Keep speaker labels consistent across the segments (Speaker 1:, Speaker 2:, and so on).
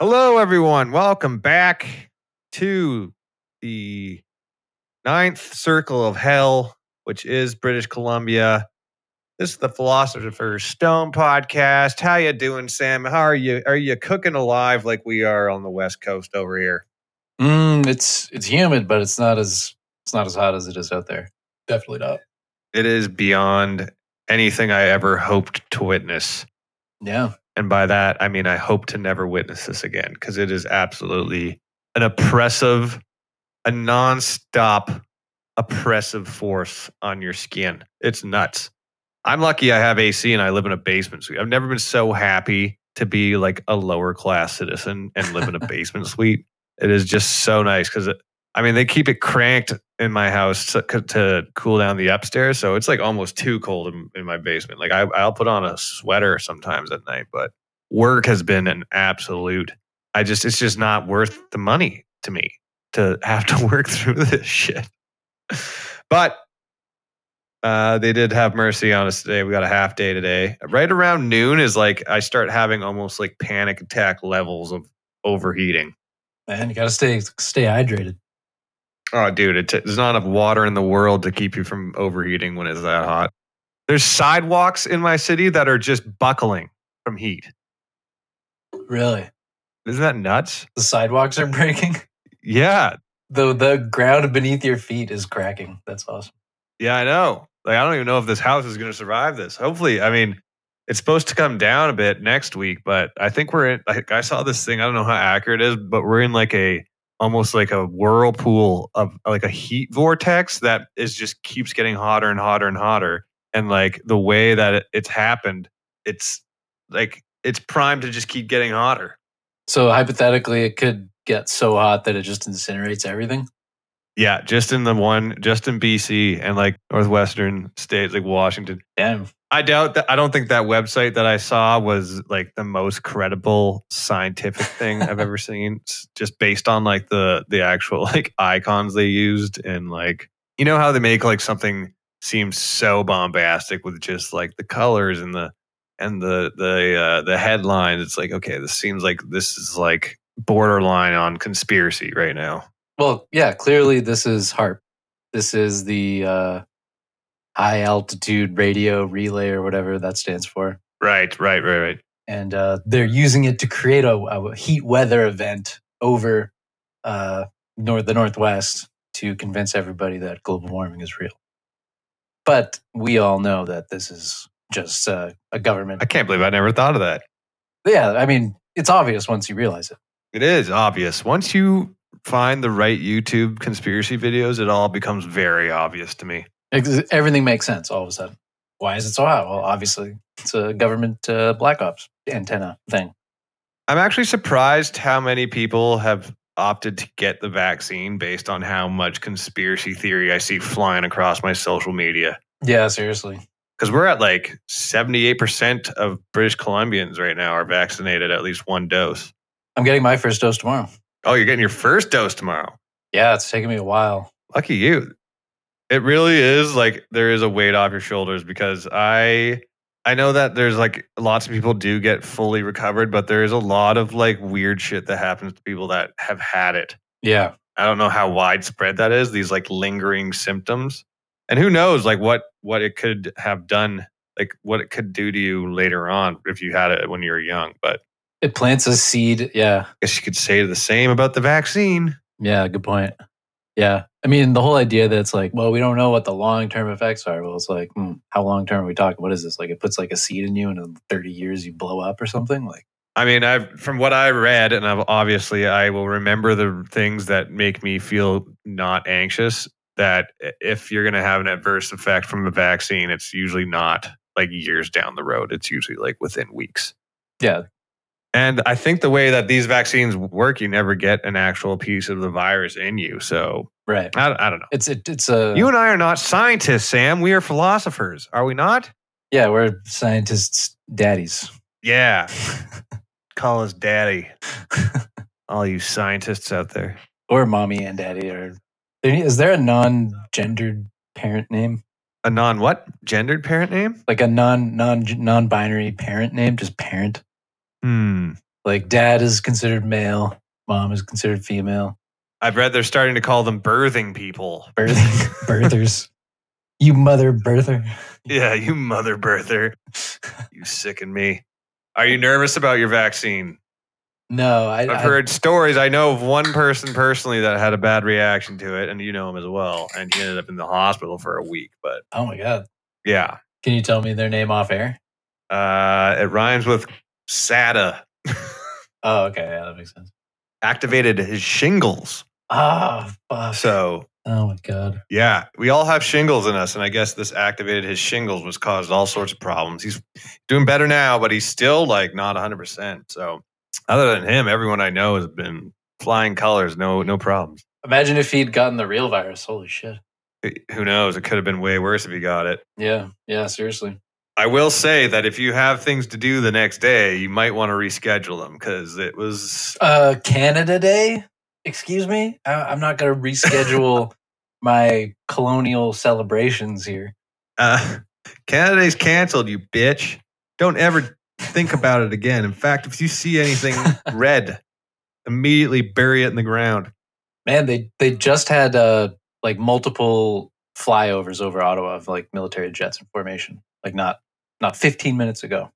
Speaker 1: Hello, everyone. Welcome back to the ninth circle of hell, which is British Columbia. This is the Philosopher's Stone podcast. How you doing, Sam? How are you? Are you cooking alive like we are on the West Coast over here?
Speaker 2: Mm, it's it's humid, but it's not as it's not as hot as it is out there. Definitely not.
Speaker 1: It is beyond anything I ever hoped to witness.
Speaker 2: Yeah.
Speaker 1: And by that, I mean, I hope to never witness this again because it is absolutely an oppressive, a nonstop oppressive force on your skin. It's nuts. I'm lucky I have AC and I live in a basement suite. I've never been so happy to be like a lower class citizen and live in a basement suite. It is just so nice because, I mean, they keep it cranked in my house to, to cool down the upstairs. So it's like almost too cold in, in my basement. Like I, I'll put on a sweater sometimes at night, but work has been an absolute. I just, it's just not worth the money to me to have to work through this shit. But uh, they did have mercy on us today. We got a half day today. Right around noon is like I start having almost like panic attack levels of overheating.
Speaker 2: Man, you gotta stay stay hydrated.
Speaker 1: Oh, dude, it t- there's not enough water in the world to keep you from overheating when it's that hot. There's sidewalks in my city that are just buckling from heat.
Speaker 2: Really.
Speaker 1: Isn't that nuts?
Speaker 2: The sidewalks are breaking.
Speaker 1: Yeah,
Speaker 2: The the ground beneath your feet is cracking. That's awesome.
Speaker 1: Yeah, I know. Like, I don't even know if this house is going to survive this. Hopefully, I mean, it's supposed to come down a bit next week, but I think we're in. Like, I saw this thing. I don't know how accurate it is, but we're in like a almost like a whirlpool of like a heat vortex that is just keeps getting hotter and hotter and hotter. And like the way that it, it's happened, it's like it's primed to just keep getting hotter.
Speaker 2: So hypothetically it could get so hot that it just incinerates everything.
Speaker 1: Yeah, just in the one, just in BC and like northwestern states like Washington.
Speaker 2: Damn.
Speaker 1: I doubt that. I don't think that website that I saw was like the most credible scientific thing I've ever seen. s- Just based on like the the actual like icons they used and like you know how they make like something seem so bombastic with just like the colors and the and the the uh, the headlines. It's like okay, this seems like this is like borderline on conspiracy right now.
Speaker 2: Well, yeah, clearly this is HARP. This is the uh high altitude radio relay or whatever that stands for.
Speaker 1: Right, right, right, right.
Speaker 2: and uh, they're using it to create a, a heat weather event over uh, north the northwest to convince everybody that global warming is real. But we all know that this is just uh, a government.
Speaker 1: I can't believe I never thought of that.
Speaker 2: Yeah, I mean, it's obvious once you realize it.
Speaker 1: It is obvious. Once you find the right YouTube conspiracy videos, it all becomes very obvious to me.
Speaker 2: Ex- Everything makes sense all of a sudden. Why is it so hot? Well, obviously, it's a government uh, black ops antenna thing.
Speaker 1: I'm actually surprised how many people have opted to get the vaccine based on how much conspiracy theory I see flying across my social media.
Speaker 2: Yeah, seriously.
Speaker 1: Because we're at like 78% of British Columbians right now are vaccinated at least one dose.
Speaker 2: I'm getting my first dose tomorrow.
Speaker 1: Oh, you're getting your first dose tomorrow.
Speaker 2: Yeah, it's taking me a while.
Speaker 1: lucky you it really is like there is a weight off your shoulders because i i know that there's like lots of people do get fully recovered but there is a lot of like weird shit that happens to people that have had it
Speaker 2: Yeah.
Speaker 1: i don't know how widespread that is these like lingering symptoms and who knows like what what it could have done like what it could do to you later on if you had it when you were young but i
Speaker 2: It plants a seed. Yeah.
Speaker 1: guess you could say the same about the vaccine
Speaker 2: Yeah, good point. Yeah. I mean, the whole idea that it's like, well, we don't know what the long term effects are. Well, it's like, hmm, how long term are we talking? What is this? Like, it puts like a seed in you, and in 30 years, you blow up or something? Like,
Speaker 1: I mean, I've from what I read, and I've obviously I will remember the things that make me feel not anxious. That if you're going to have an adverse effect from a vaccine, it's usually not like years down the road. It's usually like within weeks.
Speaker 2: Yeah.
Speaker 1: And I think the way that these vaccines work, you never get an actual piece of the virus in you. So
Speaker 2: right.
Speaker 1: I, I don't know.
Speaker 2: It's, it, it's a,
Speaker 1: You and I are not scientists, Sam. We are philosophers, are we not?
Speaker 2: yeah, we're scientists' daddies.
Speaker 1: Yeah. Call us daddy, all you scientists out there.
Speaker 2: or mommy and daddy. Or there- is there a non gendered parent name?
Speaker 1: a non what gendered parent name?
Speaker 2: Like a non non non binary parent name? Just parent?
Speaker 1: Hmm.
Speaker 2: Like dad is considered male, mom is considered female.
Speaker 1: I've read they're starting to call them birthing people.
Speaker 2: Birthing birthers. You mother birther.
Speaker 1: Yeah, you mother birther. You sicken me. Are you nervous about your vaccine?
Speaker 2: No, I,
Speaker 1: I've
Speaker 2: I-
Speaker 1: heard stories. I know of one person personally that had a bad reaction to it, and you know him as well. And he ended up in the hospital for a week. But
Speaker 2: Oh my god.
Speaker 1: yeah,
Speaker 2: Can you tell me their name off air?
Speaker 1: uh, it rhymes with SATA.
Speaker 2: Oh, okay. Yeah, that makes sense.
Speaker 1: Activated his shingles.
Speaker 2: Ah, fuck.
Speaker 1: So
Speaker 2: Oh my god.
Speaker 1: yeah, we all have shingles in us, and I guess this activated his shingles, which caused all sorts of problems. He's doing better now, but he's still like not 100. percent So other than him, everyone I know has been flying colors. No, no problems. Eh,
Speaker 2: Imagine if he'd gotten the real virus. Holy shit.
Speaker 1: who knows? It could have been way worse if he got it.
Speaker 2: Yeah. Yeah, seriously.
Speaker 1: I will say that if you have things to do the next day, you might want to reschedule them because it was.
Speaker 2: Uh Canada Day? Excuse me? I, I'm not going to reschedule my colonial celebrations here.
Speaker 1: Uh, Canada Day's canceled, you bitch. Don't ever think about it again. In fact, if you see anything red, immediately bury it in the ground.
Speaker 2: Man, they they just had uh like multiple flyovers over Ottawa of like military jets in formation. Like not not 15 minutes ago.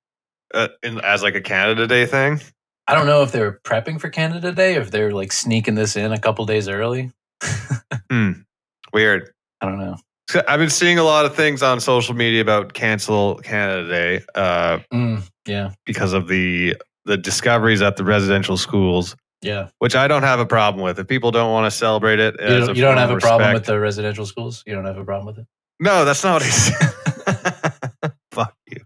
Speaker 1: Uh, in, as like a Canada Day thing.
Speaker 2: I don't know if they were prepping for Canada Day or if they were like sneaking this in a couple days early.
Speaker 1: Weird.
Speaker 2: I don't know.
Speaker 1: So I've been seeing a lot of things on social media about cancel Canada Day. Uh,
Speaker 2: Mm, yeah.
Speaker 1: because of the the discoveries at the residential schools,
Speaker 2: Yeah.
Speaker 1: which I don't have a problem with. If people don't want to celebrate it,
Speaker 2: You don't, you don't have a problem with the residential schools? You don't have a problem with it?
Speaker 1: No, that's not what he said. Fuck you.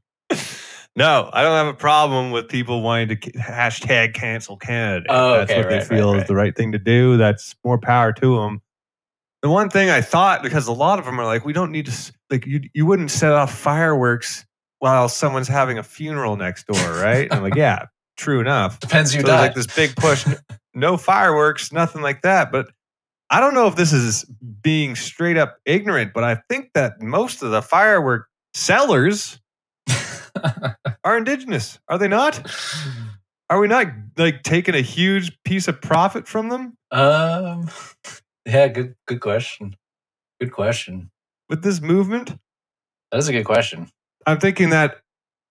Speaker 1: No, I don't have a problem with people wanting to ca- hashtag cancel Canada. If
Speaker 2: Oh,
Speaker 1: that's
Speaker 2: okay,
Speaker 1: what
Speaker 2: right,
Speaker 1: they feel
Speaker 2: right,
Speaker 1: is the right thing to do. That's more power to them. The one thing I thought, because a lot of them are like, we don't need to, s- like, you, you wouldn't set off fireworks while someone's having a funeral next door, right? And I'm like, yeah, true enough.
Speaker 2: Depends who
Speaker 1: So there's
Speaker 2: died.
Speaker 1: like this big push, n- no fireworks, nothing like that. But I don't know if this is being straight up ignorant, but I think that most of the firework sellers are indigenous. Are they not? Are we not like taking a huge piece of profit from them
Speaker 2: um, yeah, good, good question. Good question.
Speaker 1: with this movement?
Speaker 2: That is a good question.
Speaker 1: I'm thinking that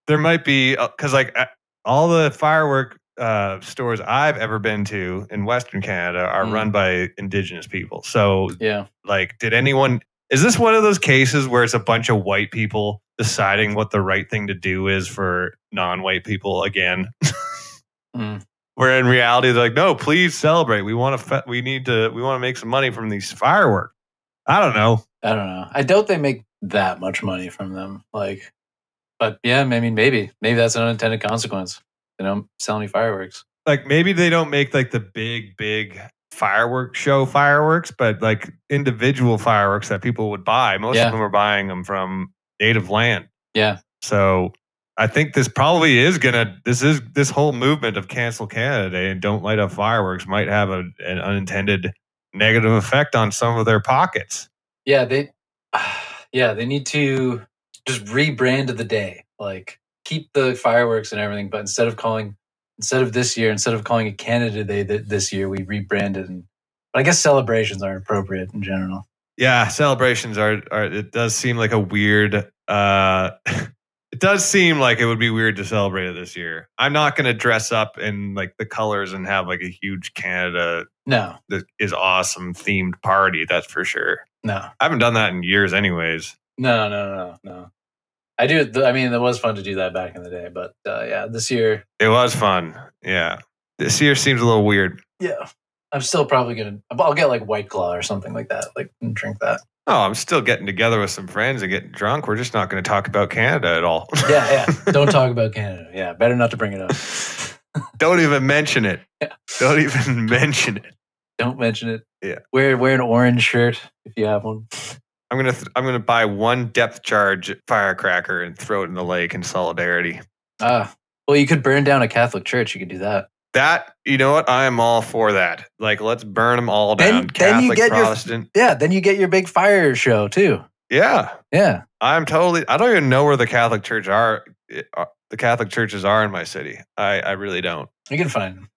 Speaker 1: there might be because like uh, all the firework uh, stores I've ever been to in Western Canada are
Speaker 2: Mm.
Speaker 1: run by indigenous people. So
Speaker 2: Yeah.
Speaker 1: like did anyone is this one of those cases where it's a bunch of white people deciding what the right thing to do is for non-white people again
Speaker 2: Mm.
Speaker 1: where in reality they're like no please celebrate we want to fe- we need to we want to make some money from these fireworks i don't know
Speaker 2: I don't know. I doubt they make that much money from them. Like, but yeah, I mean, maybe, maybe that's an unintended consequence. They don't sell any fireworks.
Speaker 1: like maybe they don't make like the big big firework show fireworks but like individual fireworks that people would buy most
Speaker 2: Yeah.
Speaker 1: of them are buying them from native land
Speaker 2: Yeah.
Speaker 1: So I think this probably is gonna this is this whole movement of cancel Canada Day and don't light up fireworks might have a, an unintended negative effect on some of their pockets.
Speaker 2: Yeah. They, yeah, they need to just rebrand the day. Like, keep the fireworks and everything, but instead of calling, instead of this year, instead of calling it Canada Day th- this year, we rebranded. And, but I guess celebrations aren't appropriate in general.
Speaker 1: Yeah, celebrations are are it does seem like a weird uh it does seem like it would be weird to celebrate it this year. I'm not gonna dress up in like the colors and have like a huge Canada
Speaker 2: No,
Speaker 1: that is awesome themed party, that's for sure.
Speaker 2: no,
Speaker 1: I haven't done that in years anyways.
Speaker 2: no, no, no, no. I do. th- I mean, it was fun to do that back in the day, but uh, yeah, this year,
Speaker 1: It was fun. Yeah. This year seems a little weird.
Speaker 2: yeah, I'm still probably gonna. I'll get like White Claw or something like that, like and drink that.
Speaker 1: Oh, I'm still getting together with some friends and getting drunk. We're just not going to talk about Canada at all.
Speaker 2: Yeah, yeah. Don't talk about Canada. Yeah, better not to bring it up.
Speaker 1: Don't even mention it.
Speaker 2: Yeah.
Speaker 1: Don't even mention it.
Speaker 2: Don't mention it.
Speaker 1: Yeah.
Speaker 2: Wear wear an orange shirt if you have one.
Speaker 1: I'm gonna th- I'm gonna buy one depth charge firecracker and throw it in the lake in solidarity.
Speaker 2: Ah, well, you could burn down a Catholic church. You could do that.
Speaker 1: That you know what I am all for that. Like let's burn them all down.
Speaker 2: Then- then you
Speaker 1: Catholic,
Speaker 2: get your-
Speaker 1: Protestant.
Speaker 2: Yeah, then you get your big fire show too.
Speaker 1: Yeah,
Speaker 2: Yeah,
Speaker 1: I'm totally. I don't even know where the Catholic Church are the Catholic churches are in my city. I, I really don't.
Speaker 2: You can find them.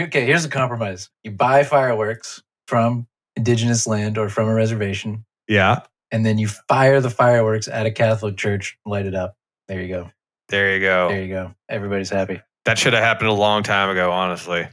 Speaker 2: Okay, here's a compromise. You buy fireworks from indigenous land or from a reservation,
Speaker 1: Yeah.
Speaker 2: and then you fire the fireworks at a Catholic church, light it up. There you go.
Speaker 1: There you go.
Speaker 2: There you go. Everybody's happy.
Speaker 1: That should have happened a long time ago, honestly.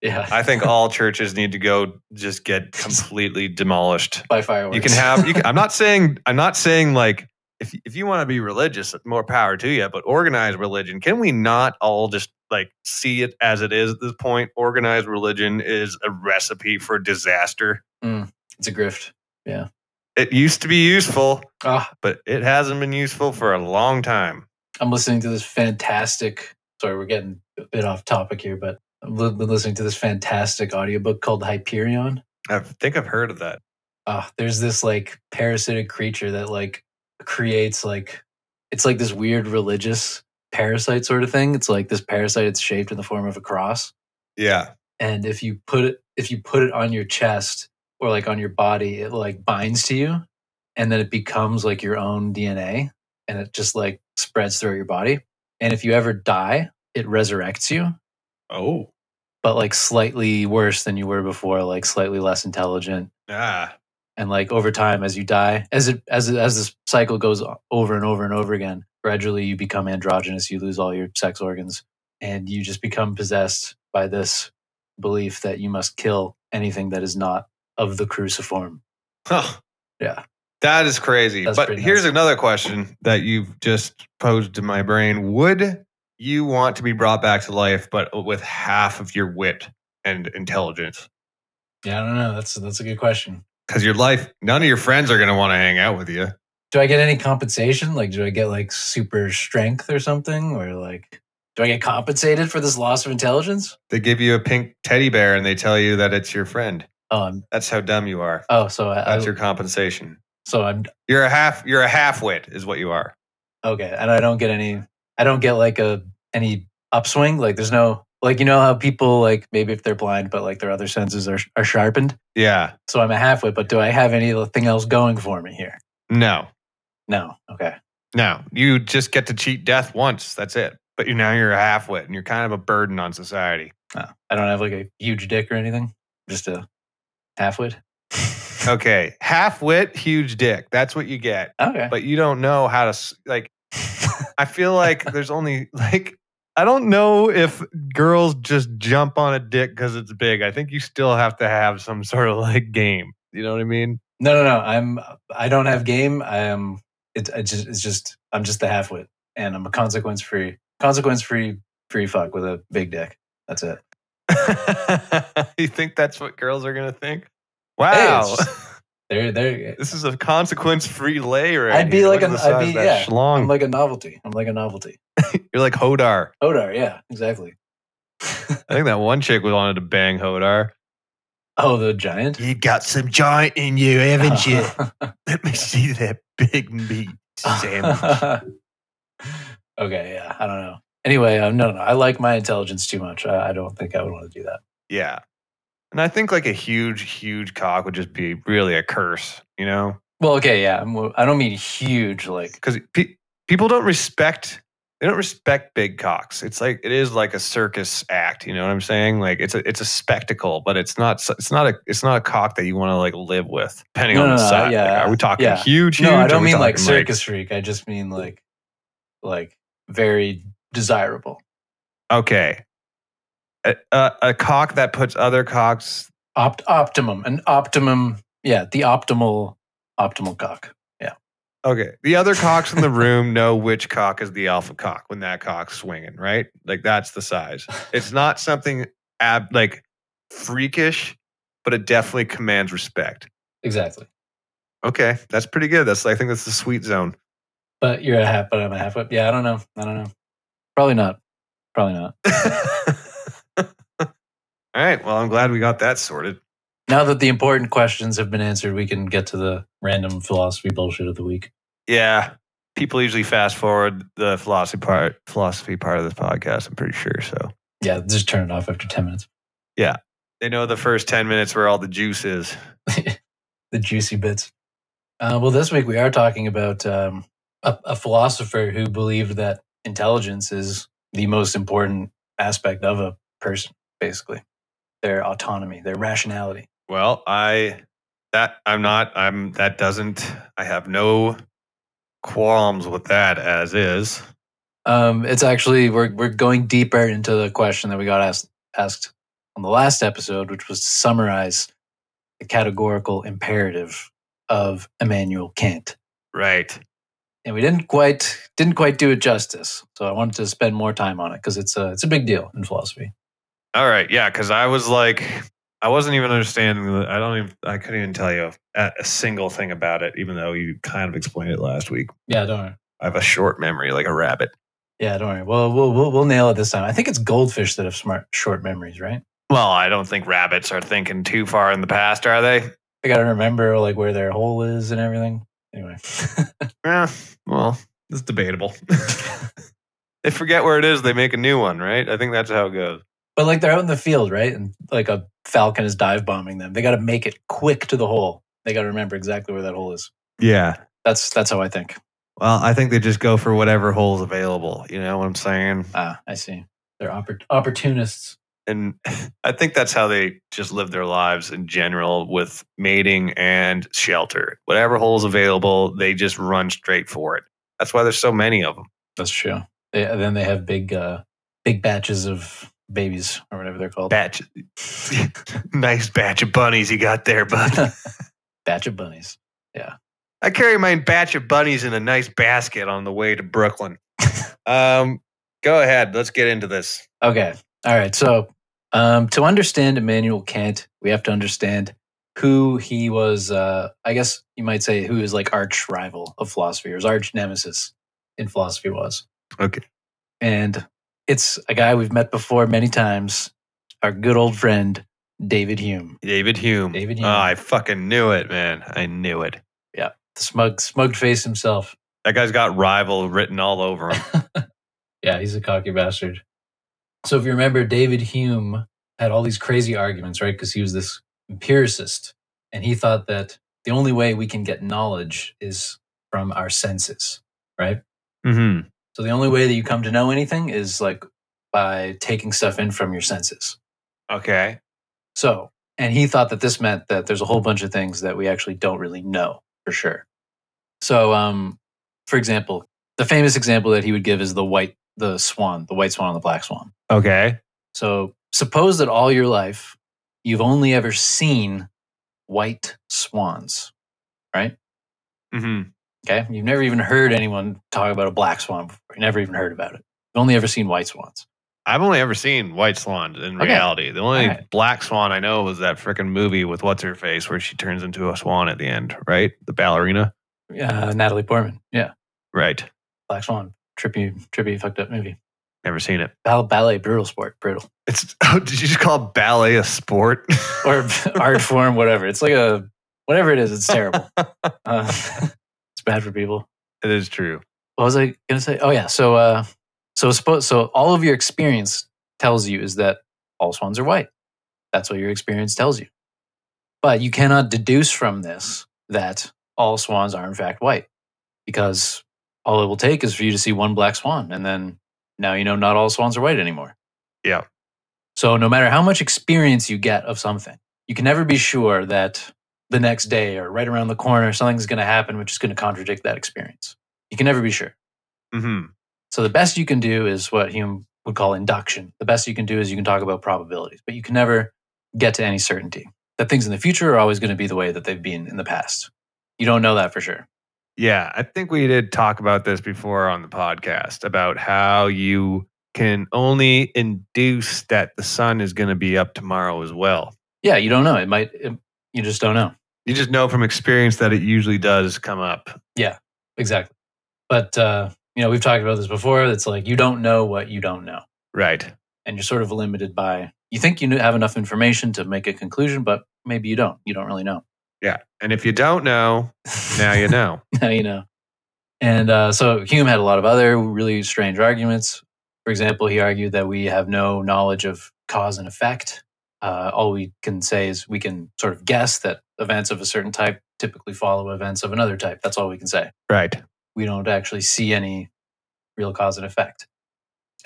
Speaker 2: yeah.
Speaker 1: I think all churches need to go just get completely demolished.
Speaker 2: buy fireworks.
Speaker 1: You can have you can, I'm not saying I'm not saying like if if you want to be religious, more power to you, but organized religion, can we not all just like see it as it is at this point? Organized religion is a recipe for disaster.
Speaker 2: it's a grift.
Speaker 1: It used to be useful,
Speaker 2: Ah,
Speaker 1: but it hasn't been useful for a long time.
Speaker 2: I'm listening to this fantastic. Sorry, we're getting a bit off topic here, but I've li- been listening to this fantastic audiobook called Hyperion.
Speaker 1: I think I've heard of that.
Speaker 2: Ah, there's this like parasitic creature that like creates like it's like this weird religious parasite sort of thing. It's like this parasite. It's shaped in the form of a cross,
Speaker 1: Yeah.
Speaker 2: and if you put it if you put it on your chest or like on your body, it like binds to you, and then it becomes like your own DNA, and it just like spreads through your body. And if you ever die, it resurrects you,
Speaker 1: Oh.
Speaker 2: but like slightly worse than you were before, like slightly less intelligent.
Speaker 1: Ah.
Speaker 2: And like over time, as you die, as it as it, as this cycle goes o- over and over and over again, gradually you become androgynous. You lose all your sex organs, and you just become possessed by this belief that you must kill anything that is not of the cruciform.
Speaker 1: Huh.
Speaker 2: Yeah.
Speaker 1: That is crazy.
Speaker 2: That's
Speaker 1: but
Speaker 2: pretty
Speaker 1: here's
Speaker 2: nuts.
Speaker 1: another question that you've just posed to my brain. Would you want to be brought back to life, but with half of your wit and intelligence?
Speaker 2: Yeah, I don't know. That's that's a good question.
Speaker 1: Because your life, none of your friends are going to want to hang out with you.
Speaker 2: Do I get any compensation? Like, do I get like super strength or something, or like, do I get compensated for this loss of intelligence?
Speaker 1: They give you a pink teddy bear and they tell you that it's your friend.
Speaker 2: Oh, I'm,
Speaker 1: That's how dumb you are.
Speaker 2: oh, so I, I
Speaker 1: That's your compensation.
Speaker 2: so I'm
Speaker 1: You're a half. You're a half wit, is what you are.
Speaker 2: Okay, and I don't get any. I don't get like a any upswing. Like there's no like you know how people like maybe if they're blind, but like their other senses are are sharpened.
Speaker 1: Yeah.
Speaker 2: So I'm a halfwit, but do I have anything else going for me here?
Speaker 1: No.
Speaker 2: No. Okay.
Speaker 1: No, you just get to cheat death once. That's it. But you now you're a half wit and you're kind of a burden on society.
Speaker 2: No. I don't have like a huge dick or anything. Just a halfwit.
Speaker 1: Okay, half wit, huge dick. That's what you get.
Speaker 2: Okay.
Speaker 1: But you don't know how to s- like. I feel like there's only like I don't know if girls just jump on a dick because it's big. I think you still have to have some sort of like game. You know what I mean?
Speaker 2: No, no, no. I'm. I don't have game. I am. It, I just. It's just. I'm just the halfwit, and I'm a consequence free. Consequence free. Free fuck with a big dick. That's it.
Speaker 1: you think that's what girls are gonna think? Wow,
Speaker 2: it's There. There.
Speaker 1: this is a consequence-free lay right
Speaker 2: I'd be
Speaker 1: here.
Speaker 2: like
Speaker 1: Look at
Speaker 2: an-
Speaker 1: the size
Speaker 2: I'd be-
Speaker 1: of that
Speaker 2: yeah.
Speaker 1: schlong.
Speaker 2: I'm like a novelty. I'm like a novelty.
Speaker 1: You're like Hodar.
Speaker 2: Hodar, yeah, exactly.
Speaker 1: I think that one chick wanted to bang Hodar.
Speaker 2: oh, the giant.
Speaker 1: You got some giant in you, Let me see that big meat,
Speaker 2: okay, yeah, I don't know. Anyway, um, no, no, I like my intelligence too much. I, I don't think I would want to do that.
Speaker 1: yeah. And I think like a huge, huge cock would just be really a curse, you know?
Speaker 2: Well, okay, yeah, I'm, I don't mean huge. Like,
Speaker 1: Because pe- people don't respect, they don't respect big cocks. It's like, it is like a circus act, you know what I'm saying? Like it's a, it's a spectacle, but it's not, s- it's not a, it's not a cock that you want to like live with, depending
Speaker 2: No,
Speaker 1: on the
Speaker 2: no, no,
Speaker 1: size.
Speaker 2: yeah,
Speaker 1: Like, are we talking
Speaker 2: yeah.
Speaker 1: huge, huge?
Speaker 2: no, I
Speaker 1: Are
Speaker 2: don't
Speaker 1: we
Speaker 2: mean like
Speaker 1: talking,
Speaker 2: circus freak. I just mean like, like very desirable.
Speaker 1: Okay. A, a, a cock that puts other cocks.
Speaker 2: Opt optimum, an optimum. Yeah, the optimal, optimal cock.
Speaker 1: Okay. The other cocks in the room know which cock is the alpha cock when that cock's swinging, right? Like that's the size. It's not something ab like freakish, but it definitely commands respect.
Speaker 2: Exactly.
Speaker 1: Okay, that's pretty good. That's I think that's the sweet zone.
Speaker 2: But you're a half, but I'm a half whip. Yeah, I don't know. I don't know. Probably not. Probably not.
Speaker 1: All right. Well, I'm glad we got that sorted.
Speaker 2: Now that the important questions have been answered, we can get to the random philosophy bullshit of the week.
Speaker 1: Yeah. People usually fast forward the philosophy part philosophy part of this podcast, I'm pretty sure. So
Speaker 2: Yeah, just turn it off after 10 minutes.
Speaker 1: They know the first 10 minutes where all the juice is.
Speaker 2: The juicy bits. Uh, well, this week we are talking about um, a, a philosopher who believed that intelligence is the most important aspect of a person, basically. Their autonomy, their rationality.
Speaker 1: Well, I that I'm not I'm that doesn't I have no qualms with that as is.
Speaker 2: Um, it's actually we're we're going deeper into the question that we got asked asked on the last episode, which was to summarize the categorical imperative of Immanuel Kant.
Speaker 1: Right.
Speaker 2: And we didn't quite didn't quite do it justice. So I wanted to spend more time on it because it's a it's a big deal in philosophy.
Speaker 1: All right. Yeah, cuz I was like I wasn't even understanding the- I don't even I couldn't even tell you a, a single thing about it even though you kind of explained it last week.
Speaker 2: Yeah, don't worry.
Speaker 1: I have a short memory like a rabbit.
Speaker 2: Yeah, don't worry. Well, we'll we'll, we'll nail it this time. I think it's goldfish that have smart short memories, right?
Speaker 1: Well, I don't think rabbits are thinking too far in the past, are they?
Speaker 2: They got to remember like where their hole is and everything. Anyway,
Speaker 1: Yeah. Well, it's debatable. they forget where it is, they make a new one, right? I think that's how it goes.
Speaker 2: but like they're out in the field, right? And like a falcon is dive bombing them. They got to make it quick to the hole. They got to remember exactly where that hole is.
Speaker 1: Yeah.
Speaker 2: That's that's how I think.
Speaker 1: Well, I think they just go for whatever hole's available. You know what I'm saying?
Speaker 2: Ah, I see. They're oppor- opportunists.
Speaker 1: And I think that's how they just live their lives in general with mating and shelter. Whatever hole's available, they just run straight for it. That's why there's so many of them.
Speaker 2: That's true. They, and then they have big uh, big batches of babies or whatever they're called.
Speaker 1: Batch, nice batch of bunnies you got there, bud.
Speaker 2: Batch of bunnies.
Speaker 1: I carry my batch of bunnies in a nice basket on the way to Brooklyn. um, go ahead. Let's get into this.
Speaker 2: Okay. All right. So, um, to understand Immanuel Kant, we have to understand who he was. Uh, I guess you might say who his like arch rival of philosophy or his arch nemesis in philosophy was.
Speaker 1: Okay.
Speaker 2: And it's a guy we've met before many times, our good old friend, David Hume,
Speaker 1: David Hume.
Speaker 2: David Hume.
Speaker 1: Oh, I fucking knew it, man. I knew it.
Speaker 2: the smug, smug face himself.
Speaker 1: That guy's got rival written all over him.
Speaker 2: Yeah, he's a cocky bastard. So if you remember, David Hume had all these crazy arguments, right? Because he was this empiricist, and he thought that the only way we can get knowledge is from our senses, right?
Speaker 1: mm-hmm.
Speaker 2: So the only way that you come to know anything is like by taking stuff in from your senses.
Speaker 1: Okay.
Speaker 2: So, and he thought that this meant that there's a whole bunch of things that we actually don't really know for sure. So, um, for example, the famous example that he would give is the white, the swan, the white swan and the black swan.
Speaker 1: Okay.
Speaker 2: So suppose that all your life you've only ever seen white swans.
Speaker 1: Mm-hmm.
Speaker 2: Okay. You've never even heard anyone talk about a black swan before. You never even heard about it. You've only ever seen white swans.
Speaker 1: I've only ever seen White Swan in
Speaker 2: Okay.
Speaker 1: reality. The only
Speaker 2: Alright.
Speaker 1: Black Swan I know was that freaking movie with what's her face where she turns into a swan at the end, right? The ballerina,
Speaker 2: Uh, Natalie Portman. Yeah.
Speaker 1: right?
Speaker 2: Black swan. Trippy, trippy, fucked up movie.
Speaker 1: Never seen it.
Speaker 2: Ball- ballet, brutal sport, brutal.
Speaker 1: It's oh, did you just call ballet a sport?
Speaker 2: Or art form, whatever. It's like a, whatever it is, it's terrible. uh, it's bad for people.
Speaker 1: it is true.
Speaker 2: what was I going to say? Oh yeah, so uh, so suppose so all of your experience tells you is that all swans are white. That's what your experience tells you. But you cannot deduce from this that all swans are in fact white, because all it will take is for you to see one black swan, and then now you know not all swans are white anymore.
Speaker 1: Yeah.
Speaker 2: So no matter how much experience you get of something, you can never be sure that the next day or right around the corner something's going to happen which is going to contradict that experience. You can never be sure.
Speaker 1: Mm-hmm.
Speaker 2: So the best you can do is what Hume would call induction. The best you can do is you can talk about probabilities, but you can never get to any certainty that things in the future are always going to be the way that they've been in the past. You don't know that for sure.
Speaker 1: Yeah, I think we did talk about this before on the podcast about how you can only induce that the sun is going to be up tomorrow as well.
Speaker 2: Yeah, you don't know. It might it- you just don't know.
Speaker 1: You just know from experience that it usually does come up.
Speaker 2: Exactly. But uh, you know, we've talked about this before. It's like you don't know what you don't know.
Speaker 1: Right.
Speaker 2: And you're sort of limited by you think you kn- have enough information to make a conclusion, but maybe you don't. You don't really know.
Speaker 1: Yeah. And if you don't know, now you know.
Speaker 2: now you know. And uh, so Hume had a lot of other really strange arguments. For example, he argued that we have no knowledge of cause and effect. Uh, all we can say is we can sort of guess that events of a certain type typically follow events of another type. That's all we can say.
Speaker 1: right.
Speaker 2: We don't actually see any real cause and effect.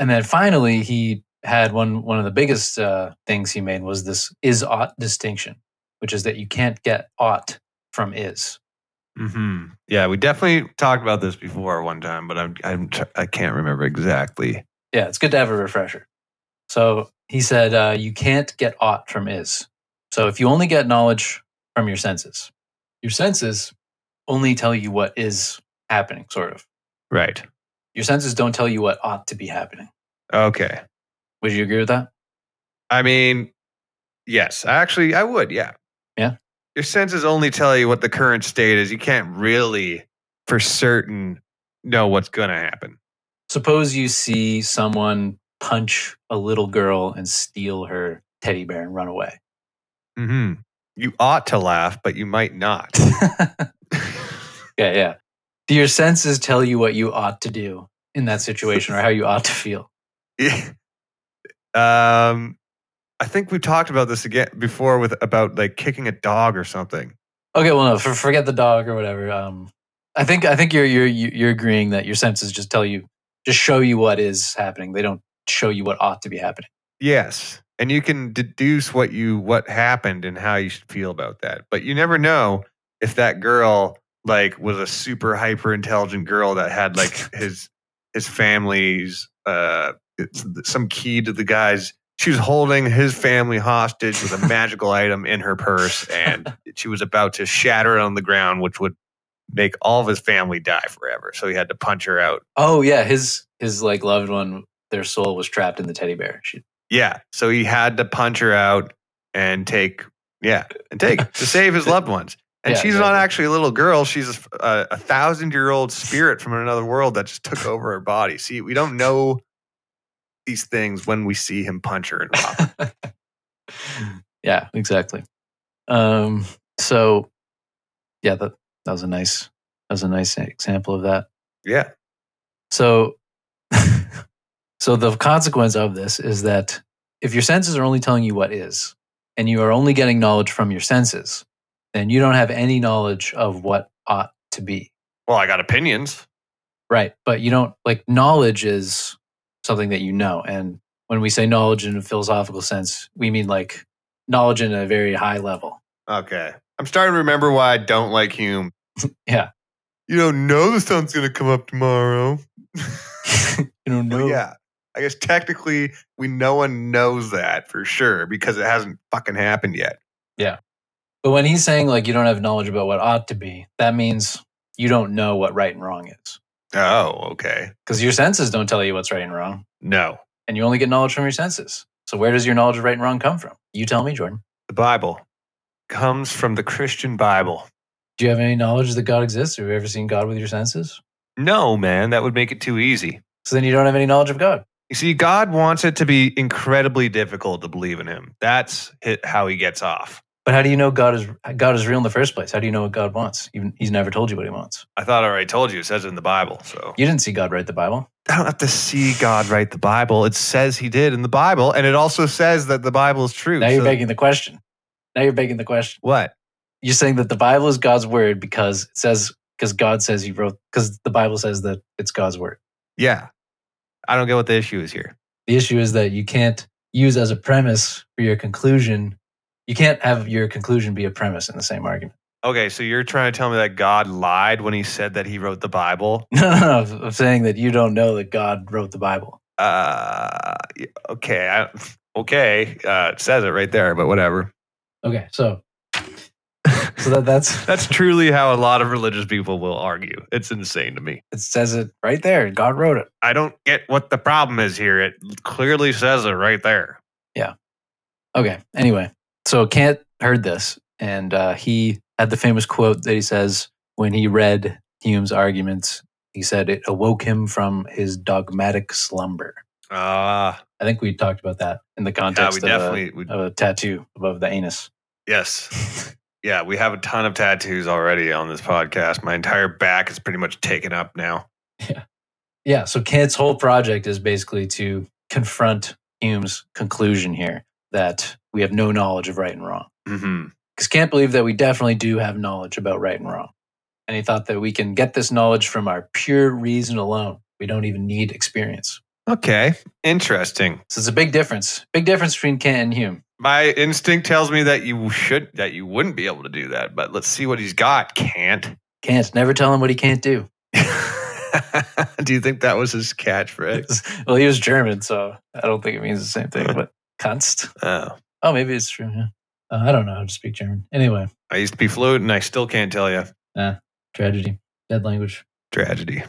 Speaker 2: And then finally, he had one one of the biggest uh, things he made was this is ought distinction, which is that you can't get ought from is.
Speaker 1: hmm Yeah, we definitely talked about this before one time, but I'm, I'm tr- I can't remember exactly.
Speaker 2: Yeah, it's good to have a refresher. So he said uh, you can't get ought from is. So if you only get knowledge from your senses, your senses only tell you what is happening, sort of.
Speaker 1: Right.
Speaker 2: Your senses don't tell you what ought to be happening.
Speaker 1: Okay.
Speaker 2: Would you agree with that?
Speaker 1: I mean, yes, actually, I would. Yeah.
Speaker 2: Yeah.
Speaker 1: Your senses only tell you what the current state is. You can't really, for certain, know what's going to happen.
Speaker 2: Suppose you see someone punch a little girl and steal her teddy bear and run away.
Speaker 1: hmm You ought to laugh, but you might not.
Speaker 2: yeah, yeah. Do your senses tell you what you ought to do in that situation or how you ought to feel?
Speaker 1: Yeah. um, I think we talked about this again before with about like kicking a dog or something.
Speaker 2: Okay, well, no, for, forget the dog or whatever. Um, I think I think you're you're you- you're agreeing that your senses just tell you, just show you what is happening. They don't show you what ought to be happening.
Speaker 1: Yes. And you can deduce what you what happened and how you should feel about that. But you never know if that girl like was a super hyper intelligent girl that had like his his family's uh it's some key to the guy's she was holding his family hostage with a magical item in her purse and she was about to shatter it on the ground which would make all of his family die forever. So he had to punch her out.
Speaker 2: Oh yeah, his his like loved one, their soul was trapped in the teddy bear. She,
Speaker 1: Yeah. So he had to punch her out and take, yeah, and take to save his loved ones. And
Speaker 2: Yeah,
Speaker 1: she's not
Speaker 2: exactly.
Speaker 1: actually a little girl. She's a, a thousand year old spirit from another world that just took over her body. See, we don't know these things when we see him punch her and rob her.
Speaker 2: yeah, exactly. Um, so yeah, that that was a nice that was a nice example of that.
Speaker 1: Yeah.
Speaker 2: So so the consequence of this is that if your senses are only telling you what is and you are only getting knowledge from your senses, then you don't have any knowledge of what ought to be.
Speaker 1: Well, I got opinions.
Speaker 2: Right. But you don't like knowledge is something that you know. And when we say knowledge in a philosophical sense, we mean like knowledge in a very high level.
Speaker 1: Okay. I'm starting to remember why I don't like Hume.
Speaker 2: Yeah.
Speaker 1: You don't know the sun's going to come up tomorrow.
Speaker 2: you don't
Speaker 1: Well,
Speaker 2: know.
Speaker 1: yeah. I guess technically, we no one knows that for sure because it hasn't fucking happened yet.
Speaker 2: But when he's saying like you don't have knowledge about what ought to be, that means you don't know what right and wrong is.
Speaker 1: Oh, okay.
Speaker 2: Because your senses don't tell you what's right and wrong.
Speaker 1: No,
Speaker 2: and you only get knowledge from your senses. So where does your knowledge of right and wrong come from? You tell me, Jordan.
Speaker 1: the Bible comes from the Christian Bible.
Speaker 2: Do you have any knowledge that God exists? Have you ever seen God with your senses?
Speaker 1: No, man, that would make it too easy.
Speaker 2: So then you don't have any knowledge of God.
Speaker 1: You see, God wants it to be incredibly difficult to believe in Him. That's hi- how He gets off.
Speaker 2: But how do you know God is God is real in the first place? How do you know what God wants? Even He's never told you what He wants.
Speaker 1: I thought I already told you. It says it in the Bible. So
Speaker 2: You didn't see God write the Bible.
Speaker 1: I don't have to see God write the Bible. It says He did in the Bible, and it also says that the Bible is true.
Speaker 2: Now you're
Speaker 1: So-
Speaker 2: begging the question. Now you're begging the question.
Speaker 1: What?
Speaker 2: You're saying that the Bible is God's word because it says because God says He wrote because the Bible says that it's God's word.
Speaker 1: Yeah. I don't get what the issue is here.
Speaker 2: The issue is that you can't use as a premise for your conclusion. You can't have your conclusion be a premise in the same argument.
Speaker 1: Okay, so you're trying to tell me that God lied when he said that he wrote the Bible?
Speaker 2: No, no, no. I'm saying that you don't know that God wrote the Bible.
Speaker 1: Uh, y- okay, I, okay, uh, it says it right there, but whatever.
Speaker 2: Okay, so so that that's
Speaker 1: That's truly how a lot of religious people will argue. It's insane to me.
Speaker 2: it says it right there. God wrote it.
Speaker 1: I don't get what the problem is here. It clearly says it right there.
Speaker 2: Okay. Anyway, so Kant heard this, and uh, he had the famous quote that he says when he read Hume's arguments. He said it awoke him from his dogmatic slumber.
Speaker 1: Ah,
Speaker 2: I think we talked about that in the
Speaker 1: yeah,
Speaker 2: context
Speaker 1: we
Speaker 2: of, a-
Speaker 1: definitely, we,
Speaker 2: of a tattoo above the anus.
Speaker 1: yes. Yeah, we have a ton of tattoos already on this podcast. My entire back is pretty much taken up now.
Speaker 2: Yeah. So Kant's whole project is basically to confront Hume's conclusion here that we have no knowledge of right and wrong.
Speaker 1: hmm
Speaker 2: Because Kant believed that we definitely do have knowledge about right and wrong. And he thought that we can get this knowledge from our pure reason alone. We don't even need experience.
Speaker 1: Okay, interesting.
Speaker 2: So it's a big difference. Big difference between Kant and Hume.
Speaker 1: My instinct tells me that you should that you wouldn't be able to do that, but let's see what he's got. Can't.
Speaker 2: Kant, never tell him what he can't do.
Speaker 1: do you think that was his catchphrase?
Speaker 2: well, he was German, so I don't think it means the same thing, but Kunst.
Speaker 1: Oh,
Speaker 2: Oh, maybe it's true. Yeah. Uh, I don't know how to speak German. Anyway,
Speaker 1: I used to be fluent, and I still can't tell you.
Speaker 2: tragedy, dead language.
Speaker 1: Tragedy.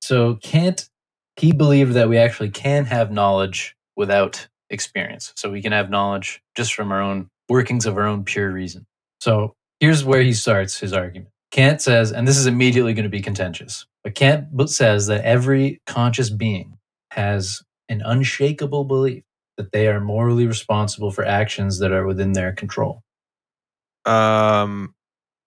Speaker 2: So Kant, he believed that we actually can have knowledge without experience. So we can have knowledge just from our own workings of our own pure reason. So here's where he starts his argument. Kant says, and this is immediately going to be contentious, but Kant b- says that every conscious being has an unshakable belief that they are morally responsible for actions that are within their control.
Speaker 1: Um,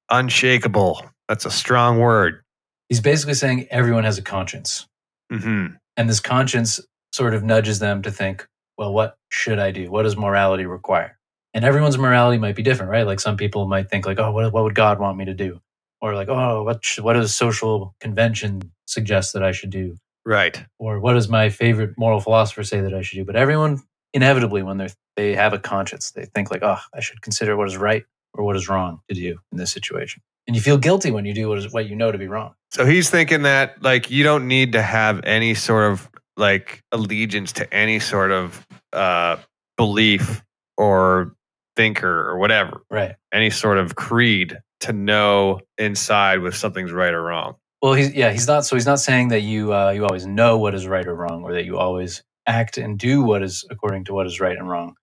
Speaker 1: unshakable. That's a strong word.
Speaker 2: He's basically saying everyone has a conscience.
Speaker 1: Mm-hmm.
Speaker 2: And this conscience sort of nudges them to think, well, what should I do? What does morality require? And everyone's morality might be different, right? Like some people might think, like, oh, what, what would God want me to do? Or like, oh, what, should, what does social convention suggest that I should do?
Speaker 1: Right.
Speaker 2: Or what does my favorite moral philosopher say that I should do? But everyone, inevitably, when they they have a conscience, they think like, oh, I should consider what is right or what is wrong to do in this situation. And you feel guilty when you do what is what you know to be wrong.
Speaker 1: So he's thinking that like you don't need to have any sort of like allegiance to any sort of uh belief or thinker or whatever,
Speaker 2: Right.
Speaker 1: any sort of creed to know inside if something's right or wrong.
Speaker 2: Well, he's yeah, he's not. So he's not saying that you uh, you always know what is right or wrong, or that you always act and do what is according to what is right and wrong,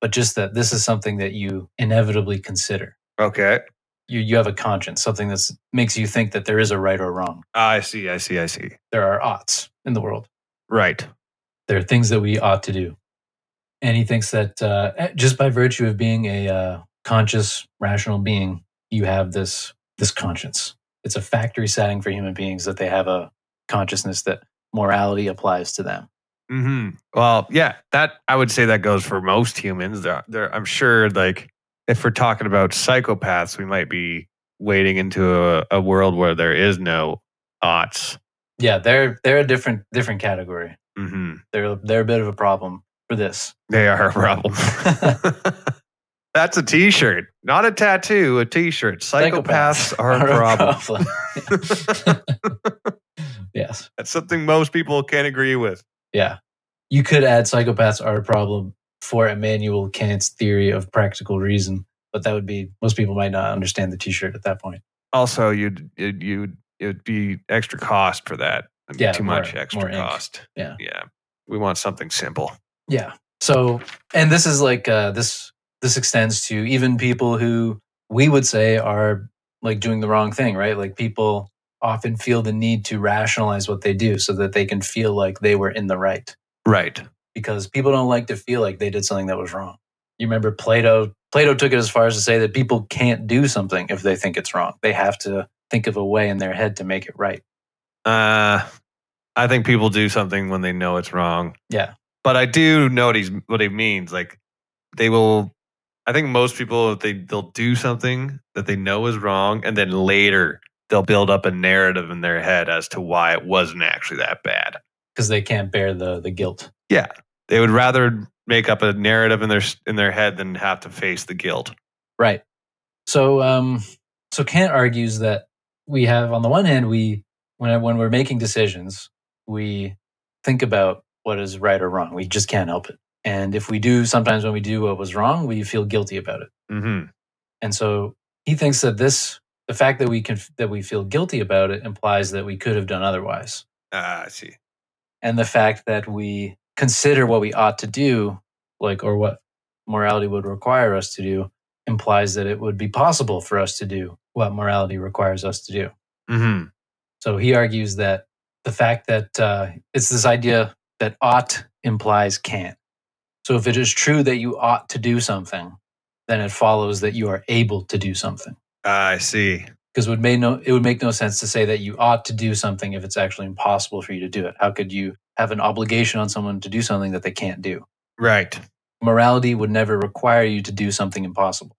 Speaker 2: but just that this is something that you inevitably consider.
Speaker 1: Okay.
Speaker 2: You you have a conscience, something that makes you think that there is a right or wrong.
Speaker 1: I see, I see, I see.
Speaker 2: There are oughts in the world.
Speaker 1: Right.
Speaker 2: There are things that we ought to do, and he thinks that uh, eh, just by virtue of being a uh, conscious, rational being, you have this this conscience. It's a factory setting for human beings that they have a consciousness that morality applies to them.
Speaker 1: Mm-hmm. Well, yeah, that I would say that goes for most humans. There, there, I'm sure, like if we're talking about psychopaths, we might be wading into a, a world where there is no oughts.
Speaker 2: Yeah, they're they're a different different category.
Speaker 1: Mm-hmm.
Speaker 2: They're they're a bit of a problem for this.
Speaker 1: They are a problem. That's a T-shirt, not a tattoo. A T-shirt. Psychopaths, are a problem.
Speaker 2: problem. yes.
Speaker 1: That's something most people can agree with.
Speaker 2: Yeah. You could add psychopaths are a problem for Immanuel Kant's theory of practical reason, but that would be most people might not understand the T-shirt at that point.
Speaker 1: Also, you'd you'd, you'd it'd be extra cost for that. It'd be
Speaker 2: Yeah,
Speaker 1: too
Speaker 2: more-
Speaker 1: much extra
Speaker 2: more ink.
Speaker 1: cost.
Speaker 2: Yeah.
Speaker 1: yeah. We want something simple.
Speaker 2: Yeah. So, and this is like uh, this this extends to even people who we would say are like doing the wrong thing, right? Like people often feel the need to rationalize what they do so that they can feel like they were in the right
Speaker 1: Right.
Speaker 2: because people don't like to feel like they did something that was wrong. You remember Plato Plato took it as far as to say that people can't do something if they think it's wrong. They have to think of a way in their head to make it right.
Speaker 1: Uh, I think people do something when they know it's wrong.
Speaker 2: Yeah.
Speaker 1: But I do know what he's what he means. Like they will. I think most people if they they'll do something that they know is wrong, and then later they'll build up a narrative in their head as to why it wasn't actually that bad.
Speaker 2: Because they can't bear the the guilt.
Speaker 1: They would rather make up a narrative in their in their head than have to face the guilt.
Speaker 2: Right. So, um, so Kant argues that we have, on the one hand, we when when we're making decisions, we think about what is right or wrong. We just can't help it, and if we do, sometimes when we do what was wrong, we feel guilty about it.
Speaker 1: Mm-hmm.
Speaker 2: And so he thinks that this, the fact that we can that we feel guilty about it, implies that we could have done otherwise,
Speaker 1: Ah, I see.
Speaker 2: and the fact that we consider what we ought to do, like or what morality would require us to do implies that it would be possible for us to do what morality requires us to do.
Speaker 1: Mm-hmm.
Speaker 2: So he argues that the fact that uh, it's this idea that ought implies can't. So if it is true that you ought to do something, then it follows that you are able to do something.
Speaker 1: Ah, I see.
Speaker 2: Because it would make no it would make no sense to say that you ought to do something if it's actually impossible for you to do it. How could you have an obligation on someone to do something that they can't do?
Speaker 1: Right.
Speaker 2: Morality would never require you to do something impossible.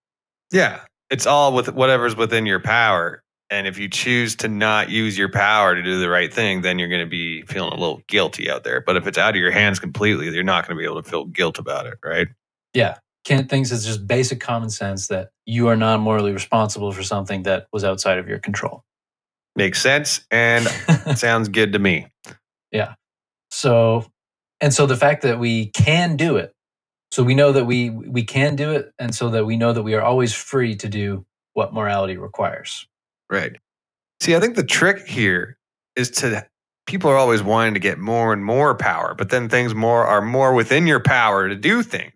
Speaker 1: Yeah. It's all with whatever's within your power. And if you choose to not use your power to do the right thing, then you're going to be feeling a little guilty out there. But if it's out of your hands completely, you're not going to be able to feel guilt about it, right?
Speaker 2: Yeah. Kent thinks it's just basic common sense that you are not morally responsible for something that was outside of your control.
Speaker 1: Makes sense and sounds good to me.
Speaker 2: so, and so the fact that we can do it, so we know that we we can do it, and so that we know that we are always free to do what morality requires.
Speaker 1: Right. See, I think the trick here is to people are always wanting to get more and more power, but then things more are more within your power to do things.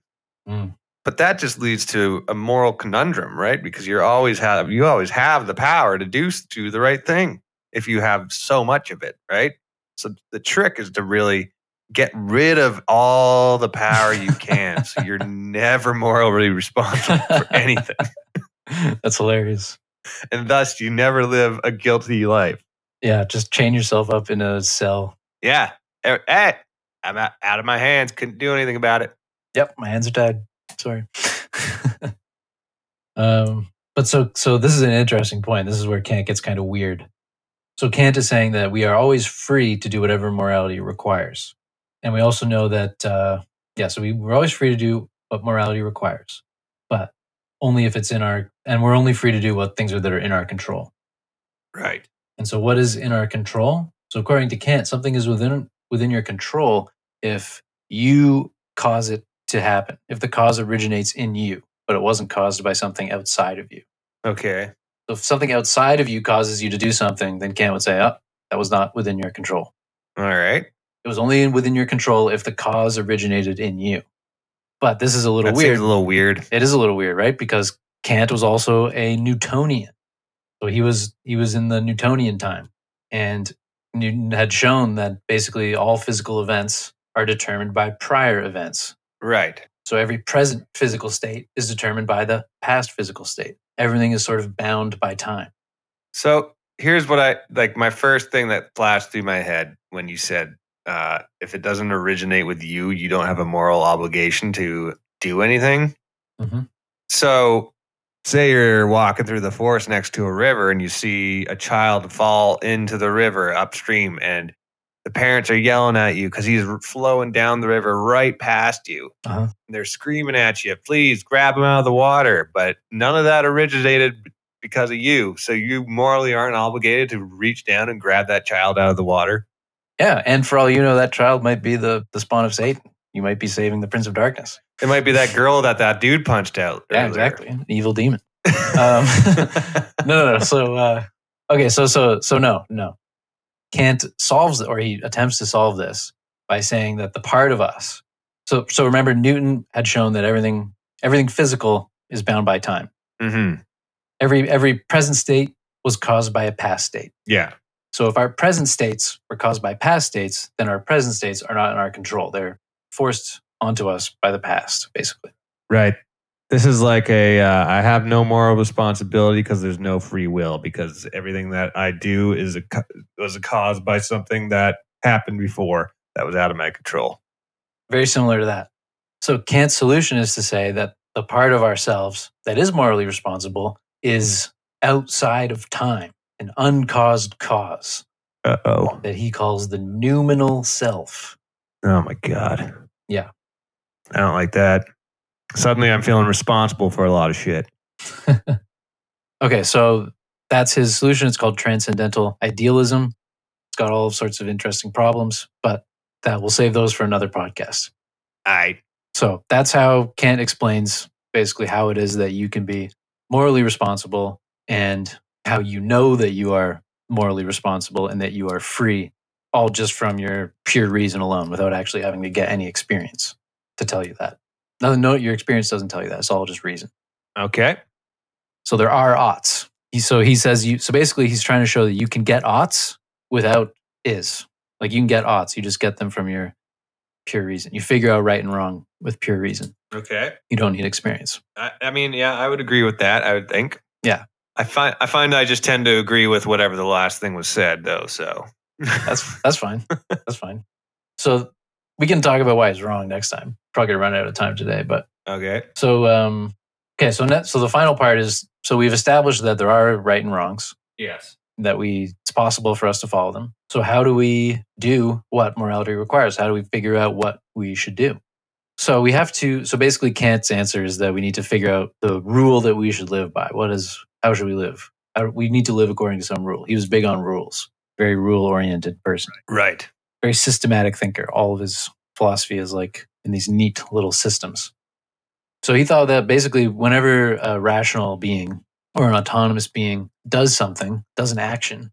Speaker 2: Mm.
Speaker 1: But that just leads to a moral conundrum, right? Because you're always have you always have the power to do do the right thing if you have so much of it, right? So the trick is to really get rid of all the power you can, so you're never morally responsible for anything.
Speaker 2: That's hilarious.
Speaker 1: and thus you never live a guilty life.
Speaker 2: Yeah, just chain yourself up in a cell.
Speaker 1: Yeah. Eh, eh, I'm out, out of my hands. Couldn't do anything about it.
Speaker 2: Yep, my hands are tied. Sorry. um, but so so this is an interesting point. This is where Kant gets kind of weird. So Kant is saying that we are always free to do whatever morality requires, and we also know that uh, yeah. So we, we're always free to do what morality requires, but only if it's in our and we're only free to do what things are that are in our control.
Speaker 1: Right.
Speaker 2: And so what is in our control? So according to Kant, something is within within your control if you cause it to happen. If the cause originates in you, but it wasn't caused by something outside of you.
Speaker 1: Okay.
Speaker 2: So if something outside of you causes you to do something, then Kant would say, "Oh, that was not within your control.
Speaker 1: All right.
Speaker 2: It was only within your control if the cause originated in you." But this is a little
Speaker 1: That
Speaker 2: weird.
Speaker 1: seems a little weird.
Speaker 2: It is a little weird, right? Because Kant was also a Newtonian. So he was he was in the Newtonian time, and Newton had shown that basically all physical events are determined by prior events.
Speaker 1: Right.
Speaker 2: So every present physical state is determined by the past physical state. Everything is sort of bound by time.
Speaker 1: So here's what I like. My first thing that flashed through my head when you said, uh, "If it doesn't originate with you, you don't have a moral obligation to do anything."
Speaker 2: Mhm.
Speaker 1: So, say you're walking through the forest next to a river and you see a child fall into the river upstream, and the parents are yelling at you because he's r- flowing down the river right past you.
Speaker 2: Uh-huh.
Speaker 1: And they're screaming at you, please grab him out of the water. But none of that originated because of you. So you morally aren't obligated to reach down and grab that child out of the water.
Speaker 2: Yeah, and for all you know, that child might be the the spawn of Satan. You might be saving the Prince of Darkness.
Speaker 1: It might be that girl that that dude punched out.
Speaker 2: Yeah,
Speaker 1: earlier.
Speaker 2: exactly, an evil demon. Um, no, no, no. So, uh, okay, so, so, so, no, no. Kant solves or he attempts to solve this by saying that the part of us. So, so remember, Newton had shown that everything, everything physical is bound by time.
Speaker 1: hmm
Speaker 2: Every every present state was caused by a past state.
Speaker 1: Yeah.
Speaker 2: So, if our present states were caused by past states, then our present states are not in our control. They're forced onto us by the past, basically.
Speaker 1: Right. This is like a uh, I have no moral responsibility because there's no free will because everything that I do is a co- was caused by something that happened before that was out of my control.
Speaker 2: very similar to that. So Kant's solution is to say that the part of ourselves that is morally responsible is outside of time, an uncaused cause
Speaker 1: Uh oh.
Speaker 2: that he calls the noumenal self.
Speaker 1: Oh my god.
Speaker 2: Yeah.
Speaker 1: I don't like that. Suddenly, I'm feeling responsible for a lot of shit.
Speaker 2: Okay, so that's his solution. It's called transcendental idealism. It's got all sorts of interesting problems, but that will save those for another podcast.
Speaker 1: I
Speaker 2: So that's how Kant explains basically how it is that you can be morally responsible and how you know that you are morally responsible and that you are free, all just from your pure reason alone without actually having to get any experience to tell you that. No, no, your experience doesn't tell you that. It's all just reason.
Speaker 1: okay.
Speaker 2: So there are oughts. He, so he says you. So basically, he's trying to show that you can get oughts without is. Like you can get oughts. You just get them from your pure reason. You figure out right and wrong with pure reason
Speaker 1: Okay.
Speaker 2: you don't need experience.
Speaker 1: I, I mean, yeah, I would agree with that. I would think.
Speaker 2: Yeah.
Speaker 1: I find I find I just tend to agree with whatever the last thing was said, though. So
Speaker 2: That's that's fine. That's fine. So we can talk about why it's wrong next time. Probably gonna run out of time today, but
Speaker 1: okay.
Speaker 2: so um okay. So net, so the final part is so we've established that there are right and wrongs.
Speaker 3: Yes.
Speaker 2: that we it's possible for us to follow them. So how do we do what morality requires? How do we figure out what we should do? So we have to so basically Kant's answer is that we need to figure out the rule that we should live by. What is how should we live? How- We need to live according to some rule. He was big on rules. Very rule oriented person.
Speaker 1: Right.
Speaker 2: Very systematic thinker. All of his philosophy is like in these neat little systems. So he thought that basically, whenever a rational being or an autonomous being does something, does an action,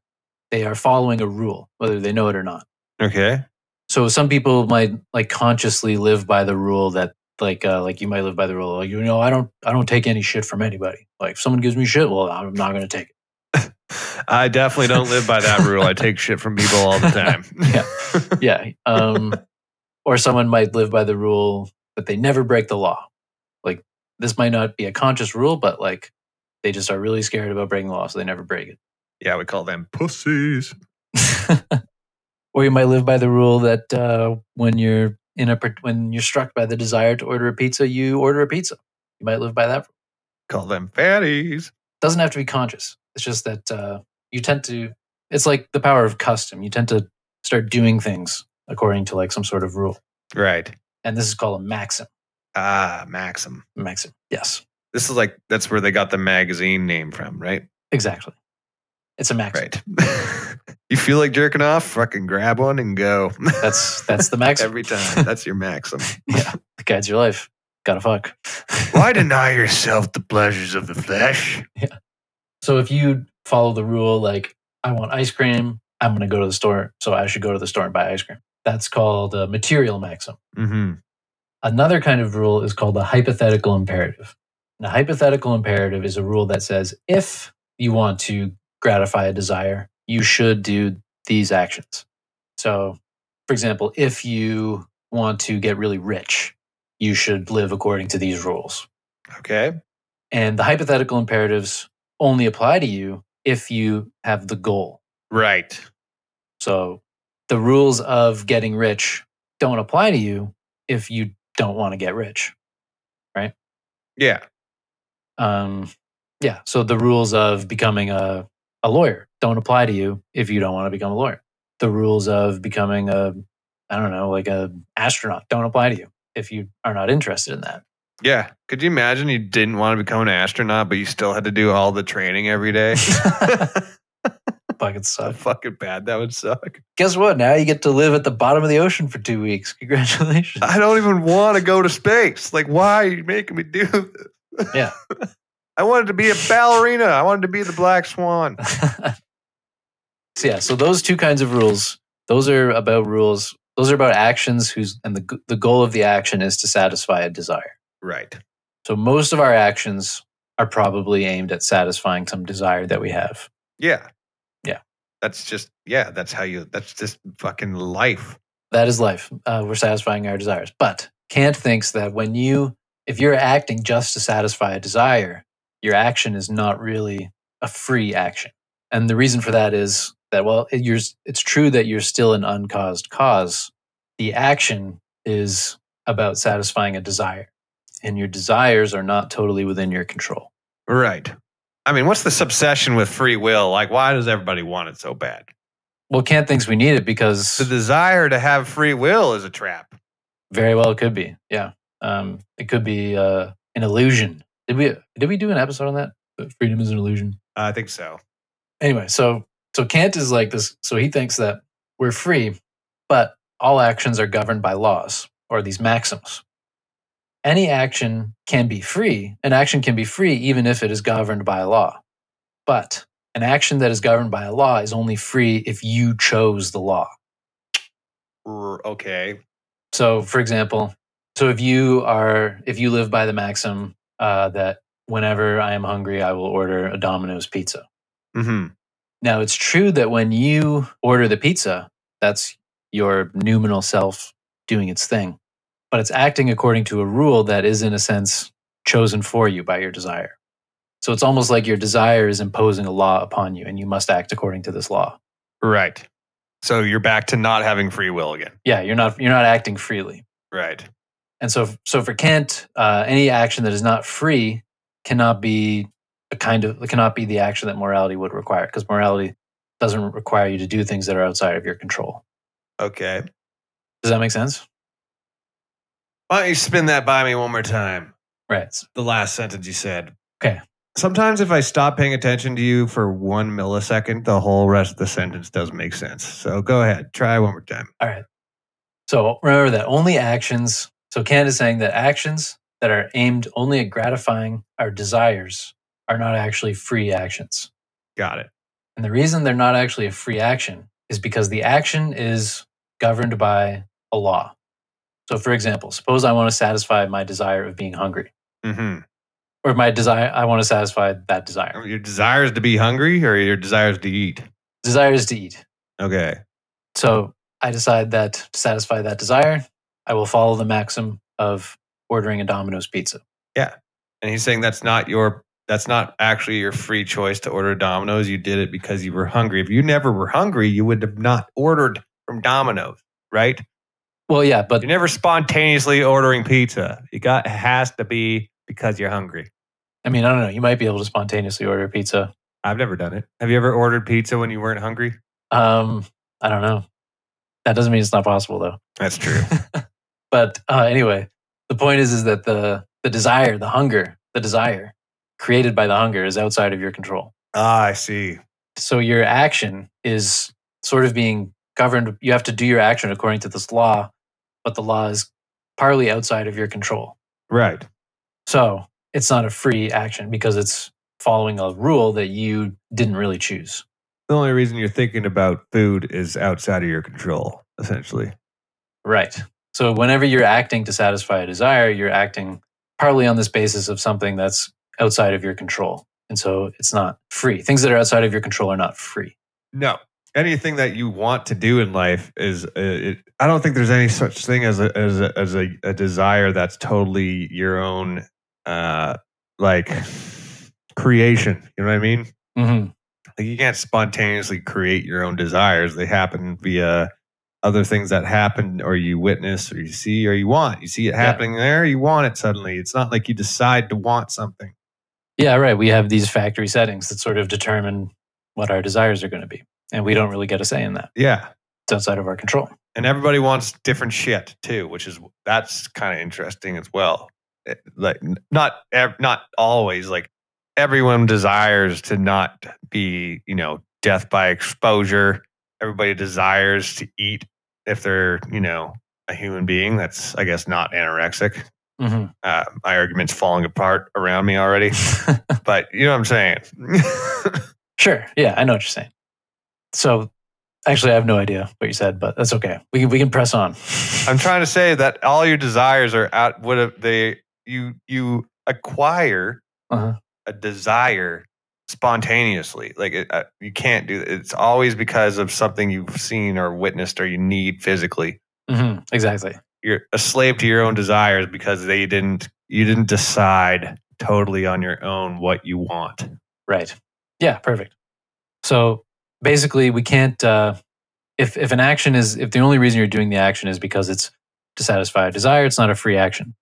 Speaker 2: they are following a rule, whether they know it or not.
Speaker 1: Okay.
Speaker 2: So some people might like consciously live by the rule that like uh, like you might live by the rule, like, you know, I don't I don't take any shit from anybody. Like if someone gives me shit, well, I'm not going to take it.
Speaker 1: I definitely don't live by that rule. I take shit from people all the time. yeah.
Speaker 2: yeah. Um, or someone might live by the rule that they never break the law. Like this might not be a conscious rule, but like they just are really scared about breaking the law, so they never break
Speaker 1: Yeah, we call them pussies.
Speaker 2: it. or you might live by the rule that uh, when you're in a par- when you're struck by the desire to order a pizza, you order a pizza. You might live by that.
Speaker 1: Call them fatties.
Speaker 2: doesn't have to be conscious. It's just that uh, you tend to. It's like the power of custom. You tend to start doing things according to like some sort of rule,
Speaker 1: Right.
Speaker 2: and this is called a maxim.
Speaker 1: Ah, Maxim.
Speaker 2: Maxim. Yes,
Speaker 1: This is like that's where they got the magazine name from, right?
Speaker 2: exactly. It's a maxim.
Speaker 1: Right. you feel like jerking off? Fucking grab one and go.
Speaker 2: That's that's the maxim.
Speaker 1: every time. That's your maxim.
Speaker 2: that guides your life. Gotta fuck.
Speaker 1: Why deny yourself the pleasures of the flesh?
Speaker 2: So if you follow the rule, like I want ice cream, I'm gonna go to the store, so I should go to the store and buy ice cream. That's called a material maxim.
Speaker 1: Mm-hmm.
Speaker 2: Another kind of rule is called a hypothetical imperative. And a hypothetical imperative is a rule that says if you want to gratify a desire, you should do these actions. So, for example, if you want to get really rich, you should live according to these rules.
Speaker 1: Okay.
Speaker 2: And the hypothetical imperatives only apply to you if you have the goal.
Speaker 1: Right.
Speaker 2: So the rules of getting rich don't apply to you if you don't want to get rich.
Speaker 1: Yeah.
Speaker 2: Um, yeah. So the rules of becoming a, a lawyer don't apply to you if you don't want to become a lawyer. The rules of becoming a, I don't know, like a astronaut don't apply to you if you are not interested in that.
Speaker 1: Yeah. Could you imagine you didn't want to become an astronaut, but you still had to do all the training every day?
Speaker 2: Fucking
Speaker 1: How
Speaker 2: suck.
Speaker 1: fucking bad that would suck.
Speaker 2: Guess what? Now you get to live at the bottom of the ocean for two weeks. Congratulations.
Speaker 1: I don't even want to go to space. Like, why are you making me do this?
Speaker 2: Yeah.
Speaker 1: I wanted to be a ballerina. I wanted to be the black swan.
Speaker 2: so yeah, so those two kinds of rules, those are about rules. Those are about actions whose and the g- the goal of the action is to satisfy a desire.
Speaker 1: Right.
Speaker 2: So most of our actions are probably aimed at satisfying some desire that we have.
Speaker 1: Yeah.
Speaker 2: Yeah.
Speaker 1: That's just yeah, that's how you that's just fucking life.
Speaker 2: That is life. Uh, we're satisfying our desires. But Kant thinks that when you, if you're acting just to satisfy a desire, your action is not really a free action. And the reason for that is that, well, it, you're, it's true that you're still an uncaused cause. The action is about satisfying a desire, and your desires are not totally within your control.
Speaker 1: Right. I mean, what's this obsession with free will? Like why does everybody want it so bad?
Speaker 2: Well, Kant thinks we need it because
Speaker 1: The desire to have free will is a trap.
Speaker 2: Very well, it could be. Yeah, um, it could be uh, an illusion. Did we did we do an episode on that? That freedom is an illusion.
Speaker 1: I think so.
Speaker 2: Anyway, so so Kant is like this. So he thinks that we're free, but all actions are governed by laws or these maxims. Any action can be free. An action can be free even if it is governed by a law. But an action that is governed by a law is only free if you chose the law.
Speaker 1: R- okay.
Speaker 2: So, for example, so if you are if you live by the maxim uh, that whenever I am hungry, I will order a Domino's pizza.
Speaker 1: Mhm.
Speaker 2: Now, it's true that when you order the pizza, that's your noumenal self doing its thing, but it's acting according to a rule that is, in a sense, chosen for you by your desire. So it's almost like your desire is imposing a law upon you, and you must act according to this law.
Speaker 1: Right. So you're back to not having free will again.
Speaker 2: Yeah, you're not you're not acting freely.
Speaker 1: Right.
Speaker 2: And so, so for Kant, uh, any action that is not free cannot be a kind of it cannot be the action that morality would require because morality doesn't require you to do things that are outside of your control.
Speaker 1: Okay.
Speaker 2: Does that make sense?
Speaker 1: Why don't you spin that by me one more time?
Speaker 2: Right.
Speaker 1: The last sentence you said.
Speaker 2: Okay.
Speaker 1: Sometimes if I stop paying attention to you for one millisecond, the whole rest of the sentence doesn't make sense. So go ahead. Try one more time.
Speaker 2: So remember that only actions. So Canada's saying that actions that are aimed only at gratifying our desires are not actually free actions.
Speaker 1: Got it.
Speaker 2: And the reason they're not actually a free action is because the action is governed by a law. So, for example, suppose I want to satisfy my desire of being hungry,
Speaker 1: Mm-hmm.
Speaker 2: or my desire, I want to satisfy that desire.
Speaker 1: Your desires to be hungry or your desires to eat?
Speaker 2: Desire is to eat.
Speaker 1: Okay.
Speaker 2: So, I decide that to satisfy that desire, I will follow the maxim of ordering a Domino's pizza.
Speaker 1: And he's saying that's not your that's not actually your free choice to order Domino's. You did it because you were hungry. If you never were hungry, you would have not ordered from Domino's, right?
Speaker 2: Well, yeah, but
Speaker 1: You're never spontaneously ordering pizza. You got it has to be because you're hungry.
Speaker 2: I mean, I don't know. You might be able to spontaneously order a pizza.
Speaker 1: I've never done it. Have you ever ordered pizza when you weren't hungry?
Speaker 2: Um, I don't know. That doesn't mean it's not possible, though.
Speaker 1: That's true.
Speaker 2: but uh, anyway, the point is is that the the desire, the hunger, the desire created by the hunger is outside of your control.
Speaker 1: ah, I see.
Speaker 2: So your action is sort of being governed. You have to do your action according to this law, but the law is partly outside of your control.
Speaker 1: Right.
Speaker 2: So it's not a free action because it's following a rule that you didn't really choose.
Speaker 1: The only reason you're thinking about food is outside of your control, essentially.
Speaker 2: Right. So whenever you're acting to satisfy a desire, you're acting partly on this basis of something that's outside of your control. And so it's not free. Things that are outside of your control are not free.
Speaker 1: No. Anything that you want to do in life is, uh, it, I don't think there's any such thing as a, as a, as a, a desire that's totally your own, uh, like creation. You know what I mean?
Speaker 2: hmm
Speaker 1: Like you can't spontaneously create your own desires. They happen via other things that happen or you witness or you see or you want. You see it
Speaker 2: Yeah.
Speaker 1: happening there, you want it suddenly. It's not like you decide to want something.
Speaker 2: Yeah, right. We have these factory settings that sort of determine what our desires are going to be. And we don't really get a say in that.
Speaker 1: Yeah.
Speaker 2: It's outside of our control.
Speaker 1: And everybody wants different shit too, which is that's kind of interesting as well. It- Like n- not ev- not always like everyone desires to not be, you know, death by exposure. Everybody desires to eat if they're, you know, a human being that's I guess not anorexic.
Speaker 2: hmm
Speaker 1: uh, my argument's falling apart around me already, but you know what I'm saying.
Speaker 2: sure. Yeah, I know what you're saying. So actually, I have no idea what you said, but that's okay. We, can- we can press on.
Speaker 1: I'm trying to say that all your desires are out. What if they you you acquire
Speaker 2: Uh-huh.
Speaker 1: a desire spontaneously? Like it, uh, you can't do. It's always because of something you've seen or witnessed or you need physically.
Speaker 2: hmm Exactly.
Speaker 1: You're a slave to your own desires because they didn't. You didn't decide totally on your own what you want.
Speaker 2: Right. Yeah, perfect. So basically, we can't, uh, if, if an action is, if the only reason you're doing the action is because it's to satisfy a desire, it's not a free action.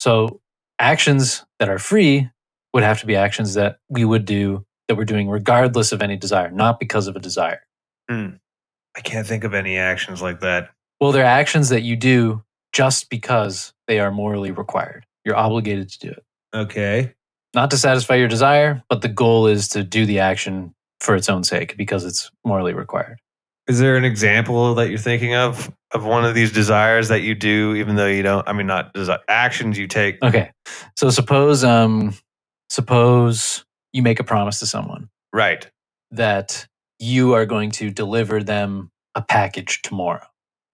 Speaker 2: So actions that are free would have to be actions that we would do, that we're doing regardless of any desire, not because of a desire.
Speaker 1: I can't think of any actions like that.
Speaker 2: Well, they're actions that you do just because they are morally required. You're obligated to do it.
Speaker 1: Okay.
Speaker 2: Not to satisfy your desire, but the goal is to do the action for its own sake because it's morally required.
Speaker 1: Is there an example that you're thinking of of one of these desires that you do, even though you don't? I mean, not desi actions you take.
Speaker 2: Okay. So suppose um suppose you make a promise to someone
Speaker 1: Right.
Speaker 2: that you are going to deliver them a package tomorrow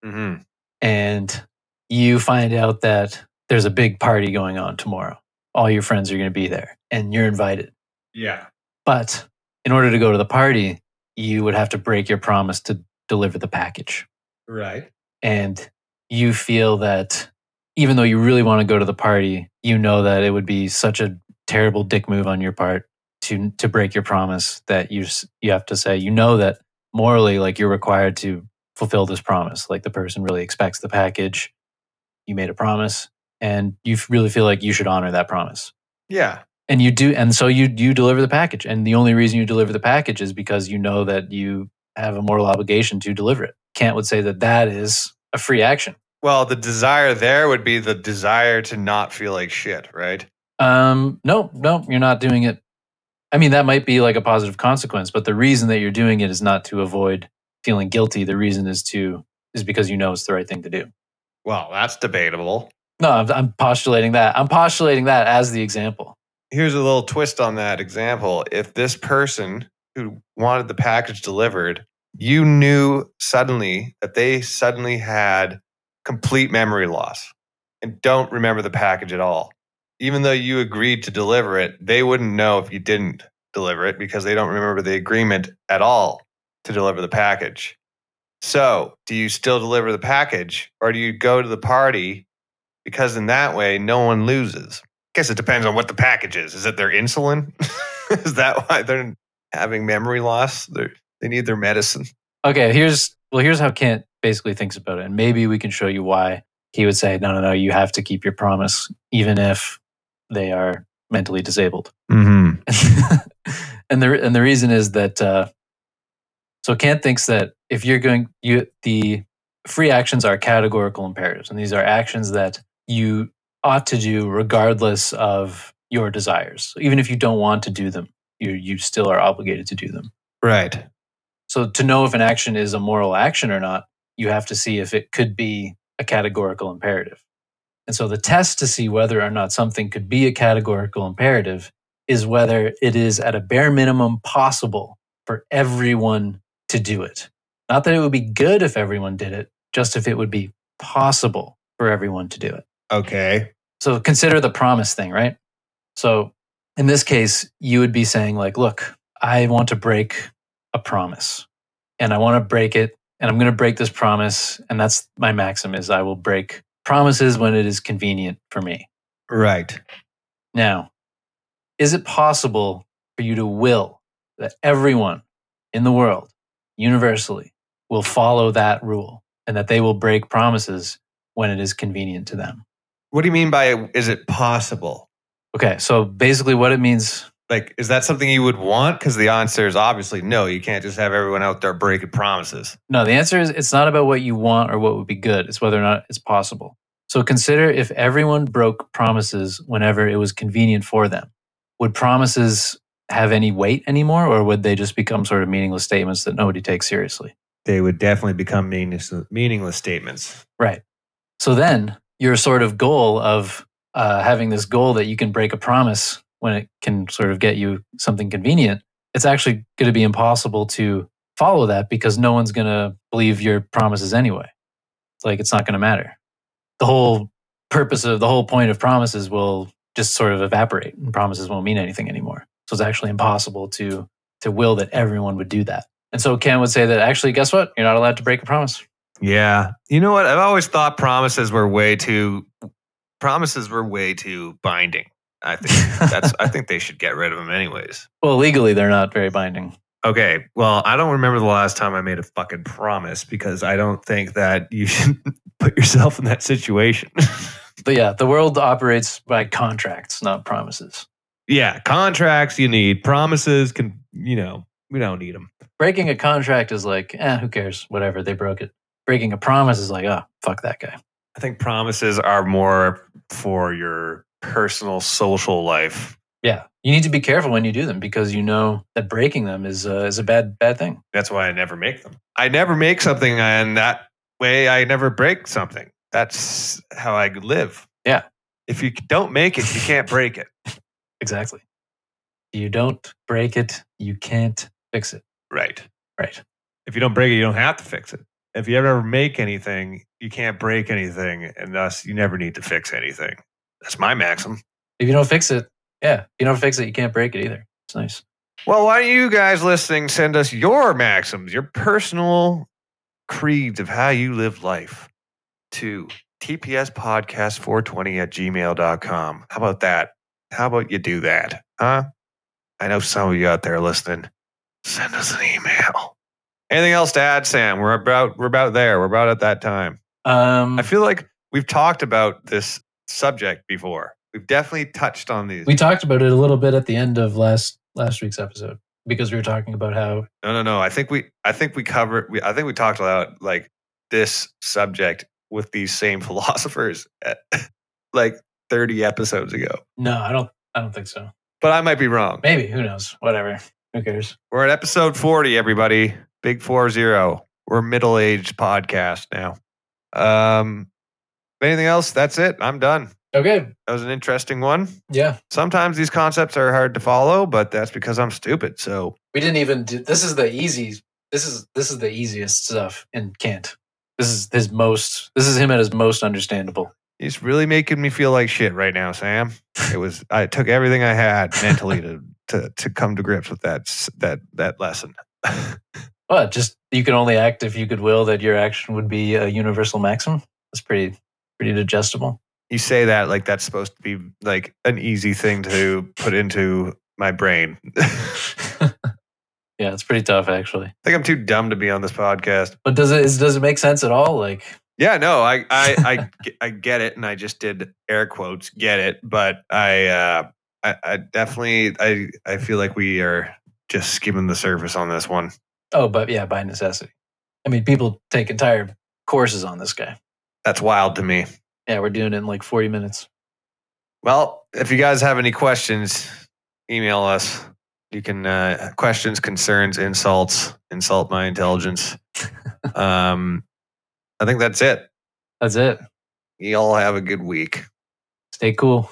Speaker 1: hmm
Speaker 2: and you find out that there's a big party going on tomorrow. All your friends are going to be there and you're invited.
Speaker 1: Yeah.
Speaker 2: But in order to go to the party, you would have to break your promise to deliver the package.
Speaker 1: Right.
Speaker 2: and you feel that even though you really want to go to the party, you know that it would be such a terrible dick move on your part to to break your promise that you s- you have to say you know that morally like you're required to fulfill this promise like the person really expects the package you made a promise and you f- really feel like you should honor that promise
Speaker 1: Yeah.
Speaker 2: and you do and so you you deliver the package and the only reason you deliver the package is because you know that you have a moral obligation to deliver it kant would say that that is a free action
Speaker 1: Well, the desire there would be the desire to not feel like shit, right?
Speaker 2: um no no you're not doing it i mean that might be like a positive consequence but the reason that you're doing it is not to avoid feeling guilty the reason is to is because you know it's the right thing to do
Speaker 1: Well, that's debatable.
Speaker 2: no i'm, I'm postulating that i'm postulating that as the example
Speaker 1: Here's a little twist on that example. If this person who wanted the package delivered, you knew suddenly that they suddenly had complete memory loss and don't remember the package at all. Even though you agreed to deliver it, they wouldn't know if you didn't deliver it because they don't remember the agreement at all to deliver the package. So, do you still deliver the package or do you go to the party? Because in that way, no one loses. guess it depends on what the package is. Is it their insulin? is that why they're having memory loss? They're, they need their medicine.
Speaker 2: okay here's well here's how kent basically thinks about it and maybe we can show you why he would say no no no you have to keep your promise even if they are mentally disabled
Speaker 1: Mm-hmm.
Speaker 2: and the and the reason is that uh, so kant thinks that if you're going you the free actions are categorical imperatives and these are actions that you ought to do regardless of your desires so even if you don't want to do them you you still are obligated to do them
Speaker 1: Right.
Speaker 2: so to know if an action is a moral action or not, you have to see if it could be a categorical imperative. And so the test to see whether or not something could be a categorical imperative is whether it is at a bare minimum possible for everyone to do it. Not that it would be good if everyone did it, just if it would be possible for everyone to do it.
Speaker 1: Okay.
Speaker 2: So consider the promise thing, right? So in this case, you would be saying, like, look, I want to break a promise and I want to break it and I'm going to break this promise. And that's my maxim is I will break promises when it is convenient for me.
Speaker 1: Right.
Speaker 2: Now, is it possible for you to will that everyone in the world universally will follow that rule and that they will break promises when it is convenient to them?
Speaker 1: What do you mean by is it possible?
Speaker 2: Okay, so basically what it means
Speaker 1: Like, is that something you would want? Because the answer is obviously no. You can't just have everyone out there breaking promises.
Speaker 2: No, the answer is it's not about what you want or what would be good. It's whether or not it's possible. So consider if everyone broke promises whenever it was convenient for them. Would promises have any weight anymore, or would they just become sort of meaningless statements that nobody takes seriously?
Speaker 1: They would definitely become meaningless, meaningless statements.
Speaker 2: Right. So then your sort of goal of uh, having this goal that you can break a promise when it can sort of get you something convenient, it's actually going to be impossible to follow that because no one's going to believe your promises anyway. Like it's not going to matter. The whole purpose of the whole point of promises will just sort of evaporate and promises won't mean anything anymore. So it's actually impossible to to will that everyone would do that. And so Ken would say that actually guess what? You're not allowed to break a promise.
Speaker 1: Yeah. You know what? I've always thought promises were way too promises were way too binding. I think that's I think they should get rid of them anyways.
Speaker 2: Well, legally, they're not very binding.
Speaker 1: Okay. Well, I don't remember the last time I made a fucking promise because I don't think that you should put yourself in that situation.
Speaker 2: But yeah, the world operates by contracts, not promises.
Speaker 1: yeah, contracts you need. Promises can, you know, we don't need them.
Speaker 2: Breaking a contract is like, eh, who cares? Whatever, they broke it. Breaking a promise is like, oh, fuck that guy.
Speaker 1: I think promises are more for your personal social life.
Speaker 2: Yeah, you need to be careful when you do them because you know that breaking them is uh, is a bad bad thing.
Speaker 1: That's why I never make them. I never make something, and that way I never break something. That's how I live.
Speaker 2: Yeah.
Speaker 1: If you don't make it, you can't break it.
Speaker 2: Exactly. You don't break it, you can't fix it.
Speaker 1: Right.
Speaker 2: Right.
Speaker 1: If you don't break it, you don't have to fix it. If you ever make anything, you can't break anything, and thus you never need to fix anything. That's my maxim.
Speaker 2: If you don't fix it, yeah, if you don't fix it, you can't break it either. It's nice.
Speaker 1: Well, why don't you guys listening send us your maxims, your personal creeds of how you live life to tpspodcast420 at gmail.com. How about that? How about you do that? Huh? I know some of you out there listening. Send us an email. Anything else to add, Sam? We're about we're about there. We're about at that time.
Speaker 2: Um,
Speaker 1: I feel like we've talked about this subject before. We've definitely touched on these.
Speaker 2: We talked about it a little bit at the end of last last week's episode because we were talking about how
Speaker 1: No, no, no. I think we I think we covered we I think we talked about like this subject with these same philosophers at, like 30 episodes ago.
Speaker 2: no, I don't I don't think so.
Speaker 1: But I might be wrong.
Speaker 2: Maybe who knows? Whatever. Who cares?
Speaker 1: We're at episode 40 everybody. Big 40. We're middle-aged podcast now. Um anything else? That's it. I'm done.
Speaker 2: Okay.
Speaker 1: That was an interesting one.
Speaker 2: Yeah.
Speaker 1: Sometimes these concepts are hard to follow, but that's because I'm stupid. So
Speaker 2: We didn't even do this is the easy this is this is the easiest stuff in Kant. This is his most this is him at his most understandable.
Speaker 1: It's really making me feel like shit right now, Sam. It was I took everything I had mentally to to to come to grips with that s- that that lesson.
Speaker 2: But just you can only act if you could will that your action would be a universal maxim. That's pretty pretty digestible.
Speaker 1: You say that like that's supposed to be like an easy thing to put into my brain. I
Speaker 2: yeah, it's pretty tough actually.
Speaker 1: think I'm too dumb to be on this podcast.
Speaker 2: But does it is, does it make sense at all? Like
Speaker 1: Yeah, no, I I I, ge- I get it, and I just did air quotes get it, but I uh, I, I definitely I I feel like we are just skimming the surface on this one.
Speaker 2: oh, but yeah, by necessity. I mean, people take entire courses on this guy.
Speaker 1: That's wild to me.
Speaker 2: Yeah, we're doing it in like forty minutes.
Speaker 1: Well, if you guys have any questions, email us. You can uh, questions, concerns, insults, insult my intelligence. um, I think that's it.
Speaker 2: That's it.
Speaker 1: Y'all have a good week.
Speaker 2: Stay cool.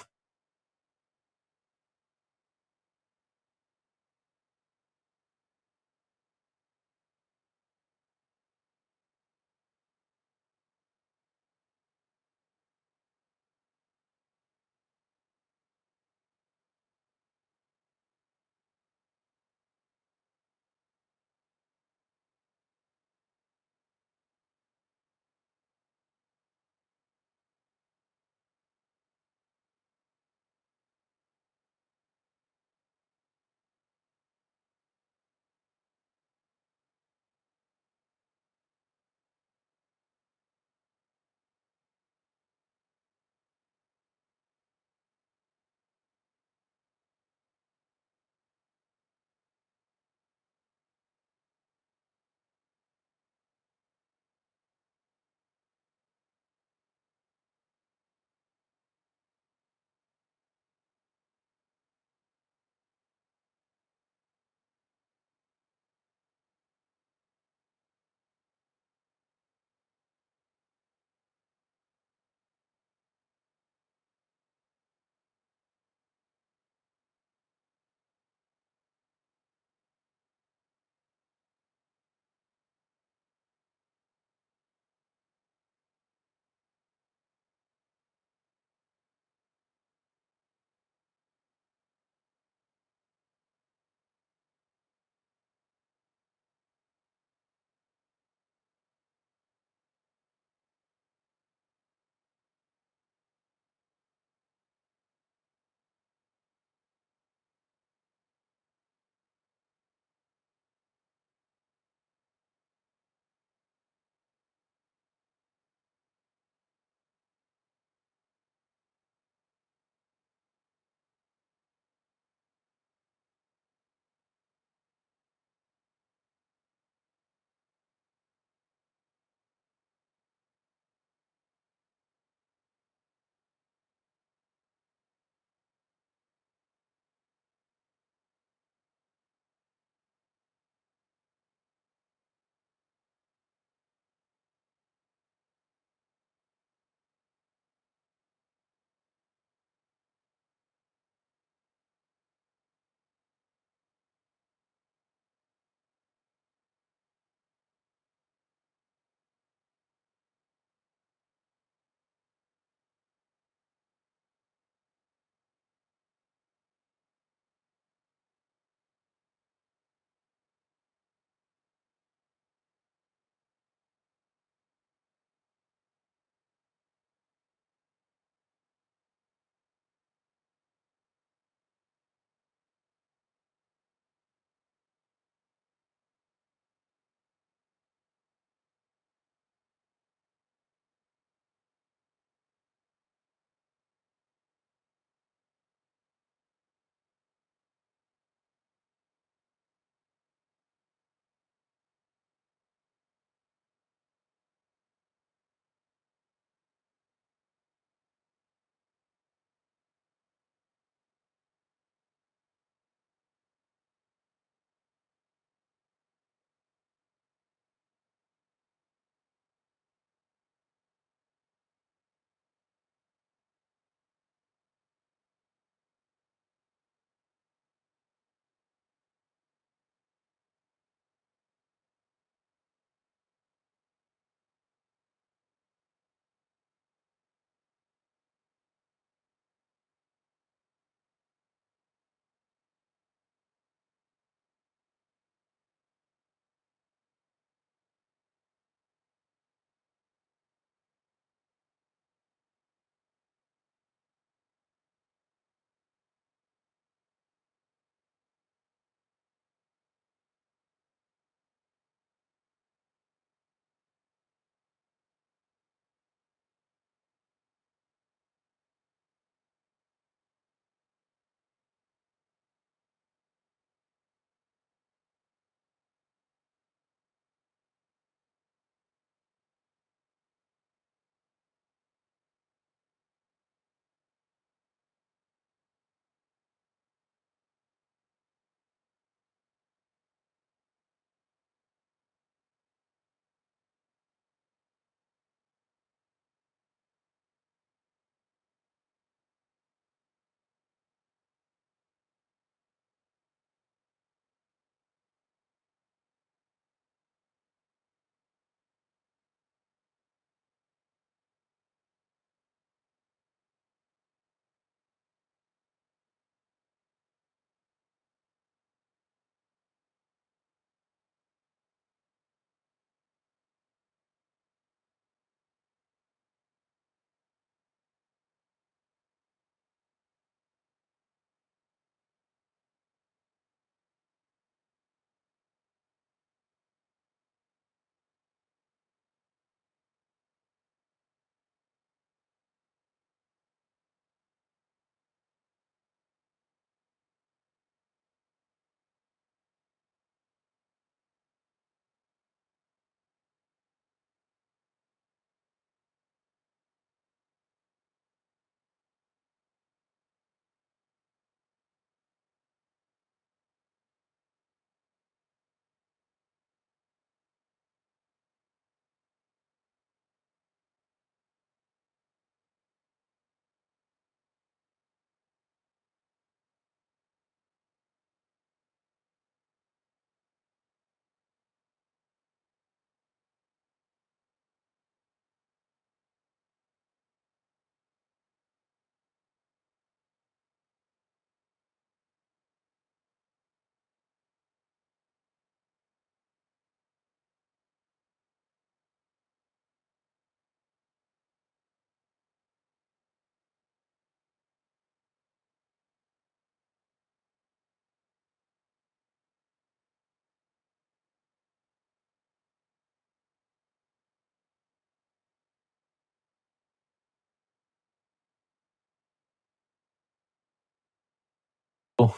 Speaker 2: Cool.